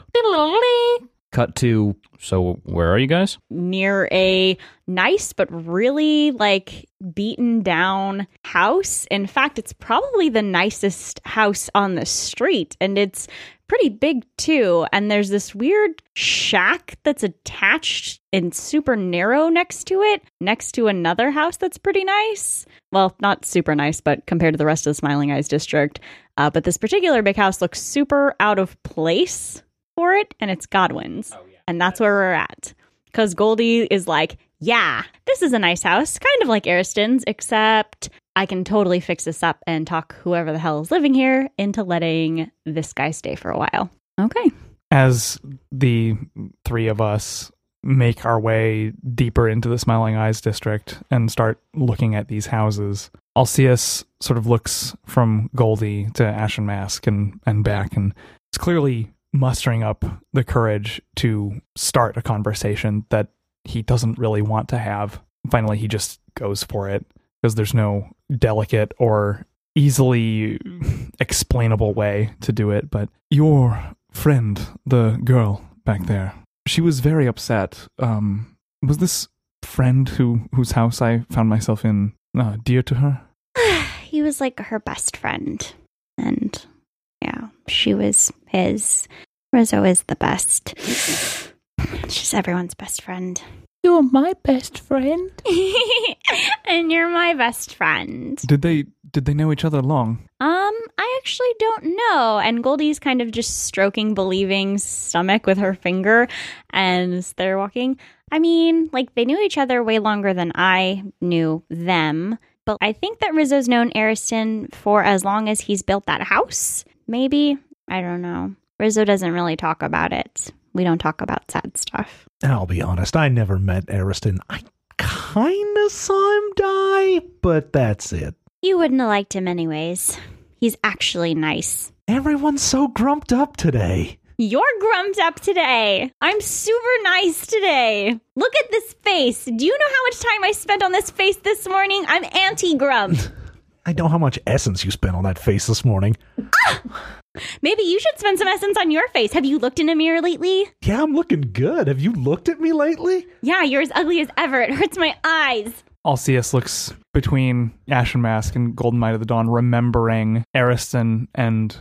[SPEAKER 7] Cut to. So, where are you guys?
[SPEAKER 4] near a nice but really like beaten down house. In fact, it's probably the nicest house on the street and it's pretty big too. And there's this weird shack that's attached and super narrow next to it, next to another house that's pretty nice. Well, not super nice, but compared to the rest of the Smiling Eyes district. Uh, but this particular big house looks super out of place for it, and it's Godwin's. And that's where we're at. because Goldie is like, yeah, this is a nice house, kind of like Ariston's, except I can totally fix this up and talk whoever the hell is living here into letting this guy stay for a while. Okay.
[SPEAKER 6] As the three of us make our way deeper into the Smiling Eyes district and start looking at these houses, Alcius sort of looks from Goldie to Ashen Mask and, and back and is clearly mustering up the courage to start a conversation that he doesn't really want to have. Finally, he just goes for it because there's no delicate or easily explainable way to do it. But your friend, the girl back there, she was very upset. Um, was this friend who whose house I found myself in uh, dear to her?
[SPEAKER 11] he was like her best friend. And yeah, she was his. Rizzo is the best. She's everyone's best friend.
[SPEAKER 10] You're my best friend.
[SPEAKER 11] and you're my best friend.
[SPEAKER 6] Did they did they know each other long?
[SPEAKER 4] Um, I actually don't know. And Goldie's kind of just stroking Believing's stomach with her finger as they're walking. I mean, like they knew each other way longer than I knew them. But I think that Rizzo's known Ariston for as long as he's built that house. Maybe. I don't know. Rizzo doesn't really talk about it. We don't talk about sad stuff.
[SPEAKER 3] And I'll be honest, I never met Ariston. I kind of saw him die, but that's it.
[SPEAKER 11] You wouldn't have liked him anyways. He's actually nice.
[SPEAKER 3] Everyone's so grumped up today.
[SPEAKER 4] You're grumped up today. I'm super nice today. Look at this face. Do you know how much time I spent on this face this morning? I'm anti grump.
[SPEAKER 3] I know how much essence you spent on that face this morning.
[SPEAKER 4] Maybe you should spend some essence on your face. Have you looked in a mirror lately?
[SPEAKER 3] Yeah, I'm looking good. Have you looked at me lately?
[SPEAKER 4] Yeah, you're as ugly as ever. It hurts my eyes.
[SPEAKER 6] Alcius looks between Ashen Mask and Golden Might of the Dawn, remembering Ariston and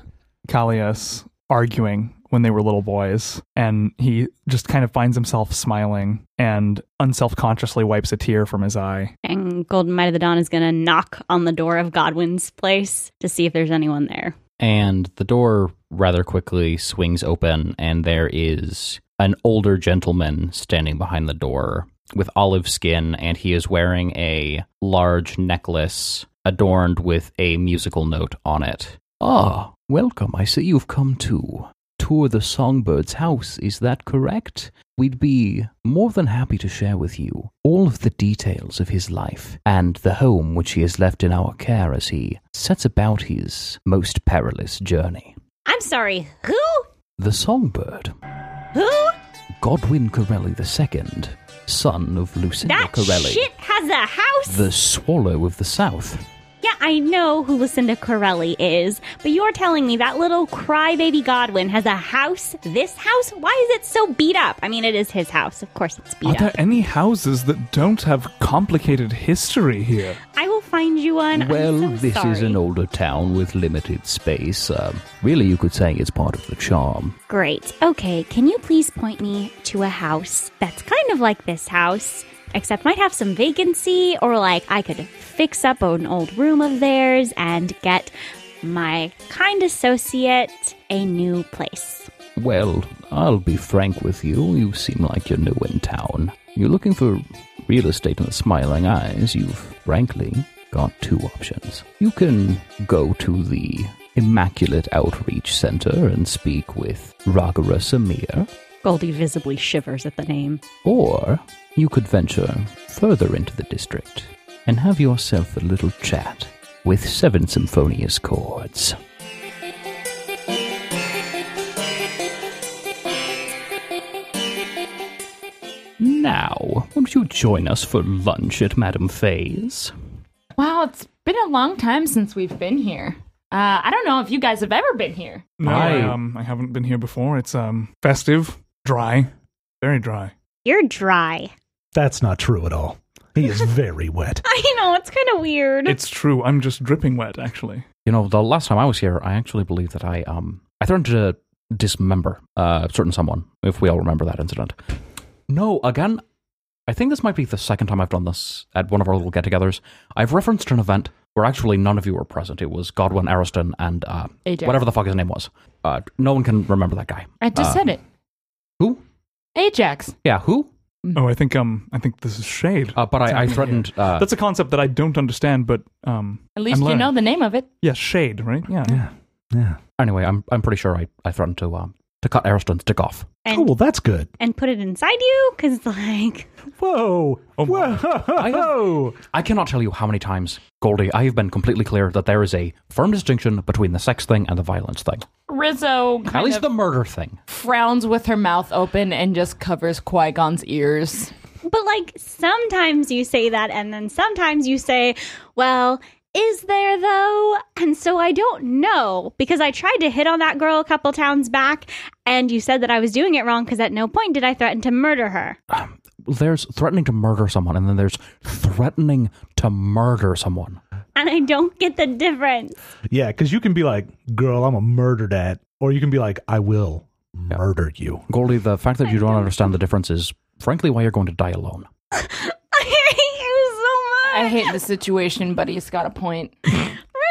[SPEAKER 6] Callias arguing when they were little boys. And he just kind of finds himself smiling and unself consciously wipes a tear from his eye.
[SPEAKER 4] And Golden Might of the Dawn is going to knock on the door of Godwin's place to see if there's anyone there.
[SPEAKER 1] And the door rather quickly swings open, and there is an older gentleman standing behind the door with olive skin, and he is wearing a large necklace adorned with a musical note on it.
[SPEAKER 9] Ah, welcome. I see you've come to tour the Songbird's house. Is that correct? We'd be more than happy to share with you all of the details of his life and the home which he has left in our care as he sets about his most perilous journey.
[SPEAKER 11] I'm sorry, who?
[SPEAKER 9] The Songbird,
[SPEAKER 11] Who?
[SPEAKER 9] Godwin Corelli II, son of Lucinda
[SPEAKER 11] That
[SPEAKER 9] Corelli,
[SPEAKER 11] shit has a house?
[SPEAKER 9] the Swallow of the South.
[SPEAKER 11] yeah, I know who Lucinda Corelli is, but you're telling me that little crybaby Godwin has a house? This house? Why is it so beat up? I mean, it is his house. Of course, it's beat
[SPEAKER 6] Are
[SPEAKER 11] up.
[SPEAKER 6] there any houses that don't have complicated history here?
[SPEAKER 11] I will find you one. I'm
[SPEAKER 9] Well,
[SPEAKER 11] so
[SPEAKER 9] this is
[SPEAKER 11] sorry.
[SPEAKER 9] an older town with limited space. Um, really, you could say it's part of the charm.
[SPEAKER 11] Great. Okay, can you please point me to a house that's kind of like this house, except might have some vacancy, or like I could fix up an old room of theirs and get my kind associate a new place?
[SPEAKER 9] Well, I'll be frank with you. You seem like you're new in town. You're looking for real estate in the smiling eyes. You've, frankly, got two options. You can go to the Immaculate Outreach Center and speak with Ragara Samir,
[SPEAKER 4] Goldie visibly shivers at the name.
[SPEAKER 9] or you could venture further into the district and have yourself a little chat with Seven Symphonious Chords. Now, won't you join us for lunch at Madame Fay's?
[SPEAKER 2] Wow, it's been a long time since we've been here. Uh, I don't know if you guys have ever been here.
[SPEAKER 6] No,
[SPEAKER 9] I-
[SPEAKER 6] I, um, I haven't been here before. It's um, festive, dry, very dry.
[SPEAKER 11] You're dry.
[SPEAKER 3] That's not true at all. He is very wet.
[SPEAKER 4] I know, it's kind of weird.
[SPEAKER 6] It's true. I'm just dripping wet, actually.
[SPEAKER 7] You know, the last time I was here, I actually believe that I um I threatened to dismember uh, a certain someone, if we all remember that incident. No, again, I think this might be the second time I've done this at one of our little get-togethers. I've referenced an event where actually none of you were present. It was Godwin Ariston and uh,
[SPEAKER 2] AJ.
[SPEAKER 7] whatever the fuck his name was. Uh, no one can remember that guy.
[SPEAKER 2] I just
[SPEAKER 7] Uh,
[SPEAKER 2] said it.
[SPEAKER 7] Who?
[SPEAKER 2] Ajax.
[SPEAKER 7] Yeah, who?
[SPEAKER 6] Oh, I think um, I think this is shade.
[SPEAKER 7] Uh, but I, I
[SPEAKER 6] Exactly.
[SPEAKER 7] threatened. Uh,
[SPEAKER 6] That's a concept that I don't understand, but um,
[SPEAKER 2] At least you
[SPEAKER 6] learning.
[SPEAKER 2] know the name of it.
[SPEAKER 6] yeah, shade, right? Yeah.
[SPEAKER 3] Yeah. Yeah.
[SPEAKER 7] anyway, I'm I'm pretty sure I, I threatened to um to cut Ariston's dick off.
[SPEAKER 4] and
[SPEAKER 3] Oh, well, that's good.
[SPEAKER 4] and put it inside you because like
[SPEAKER 3] Whoa.
[SPEAKER 6] Oh my.
[SPEAKER 7] I
[SPEAKER 3] Whoa.
[SPEAKER 7] I cannot tell you how many times, Goldie, I have been completely clear that there is a firm distinction between the sex thing and the violence thing.
[SPEAKER 2] Rizzo
[SPEAKER 7] At
[SPEAKER 2] kind
[SPEAKER 7] least
[SPEAKER 2] of
[SPEAKER 7] the murder thing.
[SPEAKER 2] frowns with her mouth open and just covers Qui Gon's ears.
[SPEAKER 4] but like sometimes you say that and then sometimes you say well is there though and so i don't know because i tried to hit on that girl a couple towns back and you said that i was doing it wrong because at no point did i threaten to murder her
[SPEAKER 7] There's threatening to murder someone, and then there's threatening to murder someone.
[SPEAKER 4] and i don't get the difference
[SPEAKER 3] Yeah, because you can be like, girl, I'm a murder dad. Or you can be like, I will murder you.
[SPEAKER 7] Goldie, the fact that you don't understand the difference is frankly why you're going to die alone.
[SPEAKER 4] i hate you so much
[SPEAKER 2] I hate the situation, but he's got a point.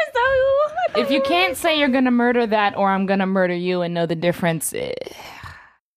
[SPEAKER 4] Rizzo.
[SPEAKER 2] If you can't say you're gonna murder that or I'm gonna murder you and know the difference, eh,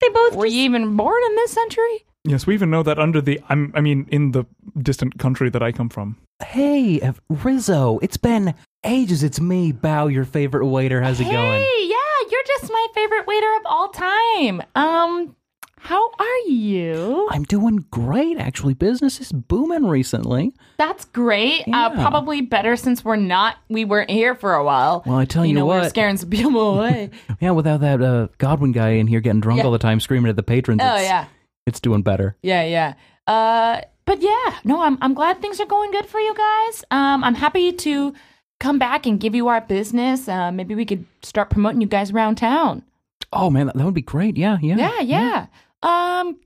[SPEAKER 4] they both
[SPEAKER 2] were you even born in this century?
[SPEAKER 6] Yes, we even know that under the I'm I mean in the distant country that I come from.
[SPEAKER 5] Hey, Ev- Rizzo, it's been ages. It's me, Bow, your favorite waiter. How's it going?
[SPEAKER 2] Hey, yeah, you're just my favorite waiter of all time. Um, how are you?
[SPEAKER 5] I'm doing great, actually. Business is booming recently.
[SPEAKER 2] That's great. Uh,
[SPEAKER 5] Yeah.
[SPEAKER 2] probably better since we're not we weren't here for a while.
[SPEAKER 5] Well, I tell you
[SPEAKER 2] know, we
[SPEAKER 5] what.
[SPEAKER 2] we're scaring some people away.
[SPEAKER 5] Yeah, without that uh, Godwin guy in here getting drunk
[SPEAKER 2] Yeah.
[SPEAKER 5] all the time, screaming at the patrons.
[SPEAKER 2] oh
[SPEAKER 5] it's,
[SPEAKER 2] yeah,
[SPEAKER 5] it's doing better.
[SPEAKER 2] yeah, yeah. Uh, but yeah, no, I'm I'm glad things are going good for you guys. Um, I'm happy to come back and give you our business. Uh, maybe we could start promoting you guys around town.
[SPEAKER 5] Oh man, that, that would be great. Yeah, yeah,
[SPEAKER 2] Yeah, yeah. Um,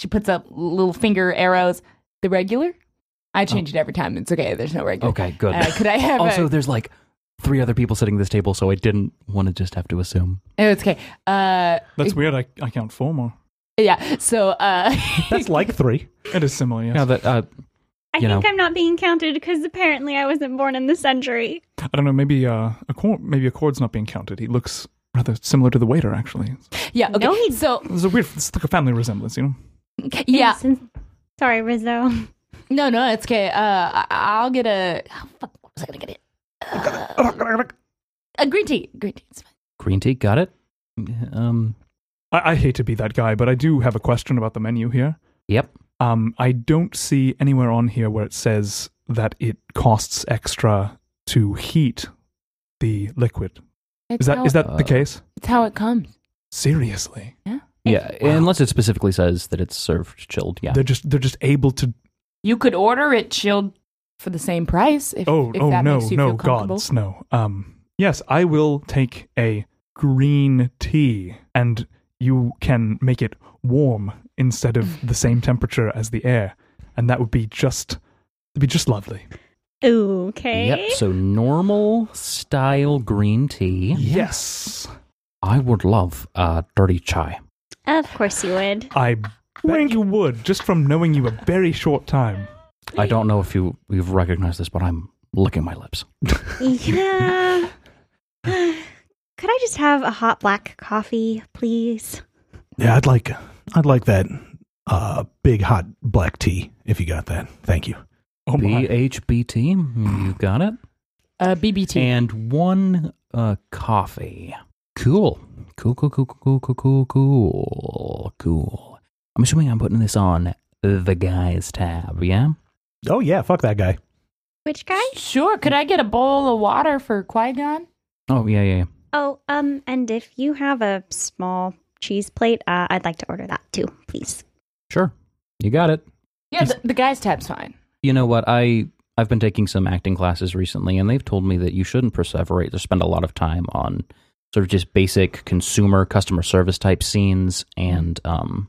[SPEAKER 2] she puts up little finger arrows. The regular. I change it every time. It's okay. There's no regular.
[SPEAKER 5] Oh. Okay, good.
[SPEAKER 2] Uh, could I have
[SPEAKER 5] also,
[SPEAKER 2] a-
[SPEAKER 5] there's like three other people sitting at this table, so I didn't want to just have to assume.
[SPEAKER 2] Oh, It's okay. Uh,
[SPEAKER 6] That's weird. I, I count four more.
[SPEAKER 2] yeah. So, uh,
[SPEAKER 3] That's like three.
[SPEAKER 6] It is similar. Yes.
[SPEAKER 7] Yeah, that uh,
[SPEAKER 4] I
[SPEAKER 5] You
[SPEAKER 4] think
[SPEAKER 5] know.
[SPEAKER 4] I'm not being counted because apparently I wasn't born in the century.
[SPEAKER 6] I don't know. Maybe uh, a chord, maybe a chord's not being counted. He looks rather similar to the waiter, actually.
[SPEAKER 2] yeah. Okay.
[SPEAKER 4] No, he-
[SPEAKER 2] so
[SPEAKER 6] There's a weird. It's like a family resemblance, you know.
[SPEAKER 2] yeah.
[SPEAKER 4] Since- Sorry, Rizzo.
[SPEAKER 2] No, no, it's okay. Uh, I- I'll get a. Oh, fuck, what was I gonna get it? A green tea. Green tea. It's fine.
[SPEAKER 7] green tea, got it? Um,
[SPEAKER 6] I, I hate to be that guy, but I do have a question about the menu here.
[SPEAKER 7] Yep.
[SPEAKER 6] Um, I don't see anywhere on here where it says that it costs extra to heat the liquid.
[SPEAKER 2] It's
[SPEAKER 6] Is that
[SPEAKER 2] how,
[SPEAKER 6] is that
[SPEAKER 7] Uh,
[SPEAKER 6] the case?
[SPEAKER 2] It's how it comes.
[SPEAKER 6] Seriously,
[SPEAKER 7] yeah, unless it specifically says that it's served chilled. Yeah.
[SPEAKER 6] they're just they're just able to.
[SPEAKER 2] You could order it chilled for the same price. If,
[SPEAKER 6] Oh,
[SPEAKER 2] if
[SPEAKER 6] oh
[SPEAKER 2] that
[SPEAKER 6] no,
[SPEAKER 2] makes you
[SPEAKER 6] no,
[SPEAKER 2] feel comfortable.
[SPEAKER 6] gods, no. Um, yes, I will take a green tea, and you can make it warm instead of the same temperature as the air, and that would be just it'd be just lovely.
[SPEAKER 2] Eh?
[SPEAKER 4] Okay.
[SPEAKER 7] Yep. So normal style green tea.
[SPEAKER 6] Yes,
[SPEAKER 7] I would love uh, dirty chai.
[SPEAKER 4] Of course you would.
[SPEAKER 6] I bet you would just from knowing you a very short time.
[SPEAKER 7] I don't know if you you've recognized this, but I'm licking my lips.
[SPEAKER 4] yeah. Could I just have a hot black coffee, please?
[SPEAKER 3] Yeah, I'd like I'd like that uh big hot black tea if you got that. Thank you.
[SPEAKER 6] Oh my!
[SPEAKER 7] BHBT, you got it.
[SPEAKER 2] Uh, BBT.
[SPEAKER 7] And one uh, coffee. Cool. Cool. Cool. Cool. Cool. Cool. Cool. Cool. Cool. I'm assuming I'm putting this on the guys tab. Yeah.
[SPEAKER 3] Oh yeah, fuck that guy.
[SPEAKER 4] Which guy?
[SPEAKER 2] Sure. Could I get a bowl of water for Qui Gon?
[SPEAKER 7] Oh yeah. Yeah. yeah.
[SPEAKER 4] Oh, um, and if you have a small cheese plate, uh, I'd like to order that too, please.
[SPEAKER 7] Sure. You got it.
[SPEAKER 2] Yeah, the, the guy's tab's fine.
[SPEAKER 7] You know what? I I've been taking some acting classes recently, and they've told me that you shouldn't perseverate or spend a lot of time on sort of just basic consumer customer service type scenes. And um,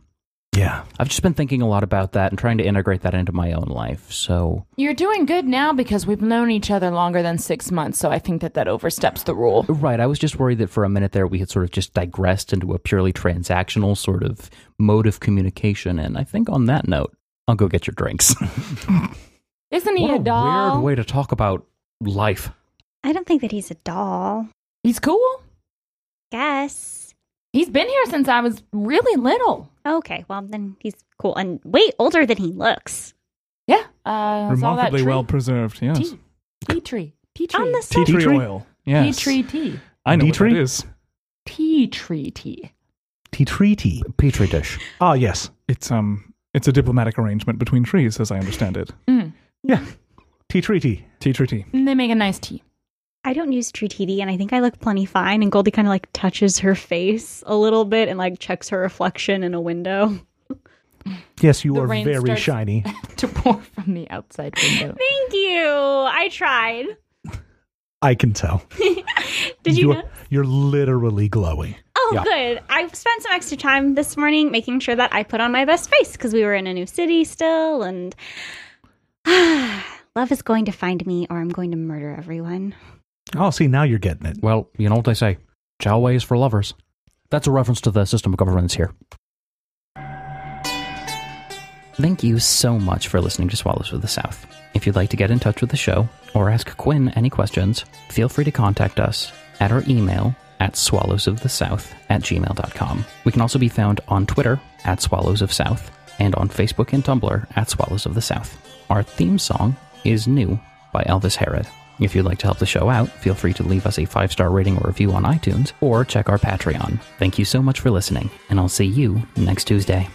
[SPEAKER 3] Yeah.
[SPEAKER 7] I've just been thinking a lot about that and trying to integrate that into my own life. So
[SPEAKER 2] You're doing good now because we've known each other longer than six months, so I think that that oversteps the rule.
[SPEAKER 7] Right. I was just worried that for a minute there we had sort of just digressed into a purely transactional sort of mode of communication. And I think on that note, I'll go get your drinks.
[SPEAKER 2] Isn't he
[SPEAKER 7] what
[SPEAKER 2] a,
[SPEAKER 7] a
[SPEAKER 2] doll?
[SPEAKER 7] weird way to talk about life.
[SPEAKER 4] I don't think that he's a doll.
[SPEAKER 2] He's cool.
[SPEAKER 4] Guess.
[SPEAKER 2] He's been here since I was really little.
[SPEAKER 4] Okay, well then he's cool and way older than he looks.
[SPEAKER 2] Yeah. Uh, it's all that
[SPEAKER 6] Remarkably
[SPEAKER 2] tree.
[SPEAKER 6] well preserved, yes.
[SPEAKER 2] Tea. Tea tree. Tea tree.
[SPEAKER 4] On the
[SPEAKER 6] Tea
[SPEAKER 4] side,
[SPEAKER 6] tree
[SPEAKER 3] tree?
[SPEAKER 6] oil. Yes.
[SPEAKER 2] Tea tree tea.
[SPEAKER 6] I know
[SPEAKER 3] Tea
[SPEAKER 6] what
[SPEAKER 3] tree?
[SPEAKER 6] that is.
[SPEAKER 2] Tea tree tea.
[SPEAKER 3] Tea treaty.
[SPEAKER 7] Petri dish.
[SPEAKER 3] Ah, yes.
[SPEAKER 6] It's um it's a diplomatic arrangement between trees, as I understand it.
[SPEAKER 3] Yeah. Tea treaty.
[SPEAKER 6] Tea tree tea.
[SPEAKER 2] Oh. Mm. And they make a nice tea.
[SPEAKER 4] I don't use Trititi, and I think I look plenty fine. And Goldie kind of like touches her face a little bit and like checks her reflection in a window.
[SPEAKER 3] Yes, you
[SPEAKER 2] The
[SPEAKER 3] are
[SPEAKER 2] rain
[SPEAKER 3] very
[SPEAKER 2] starts-
[SPEAKER 3] shiny.
[SPEAKER 2] to pour from the outside window.
[SPEAKER 4] Thank you. I tried.
[SPEAKER 3] I can tell.
[SPEAKER 4] Did you?
[SPEAKER 3] you're,
[SPEAKER 4] know?
[SPEAKER 3] you're literally glowing.
[SPEAKER 4] Oh,
[SPEAKER 3] Yeah.
[SPEAKER 4] good. I spent some extra time this morning making sure that I put on my best face because we were in a new city still, and love is going to find me, or I'm going to murder everyone.
[SPEAKER 3] Oh, see, now you're getting it.
[SPEAKER 7] Well, you know what they say. Chow ways for lovers. That's a reference to the system of governance here.
[SPEAKER 9] Thank you so much for listening to Swallows of the South. If you'd like to get in touch with the show or ask Quinn any questions, feel free to contact us at our email at swallowsofthesouth at gmail.com. We can also be found on Twitter at Swallows of South and on Facebook and Tumblr at Swallows of the South. Our theme song is New by Elvis Herod. If you'd like to help the show out, feel free to leave us a five star rating or review on iTunes or check our Patreon. Thank you so much for listening, and I'll see you next Tuesday.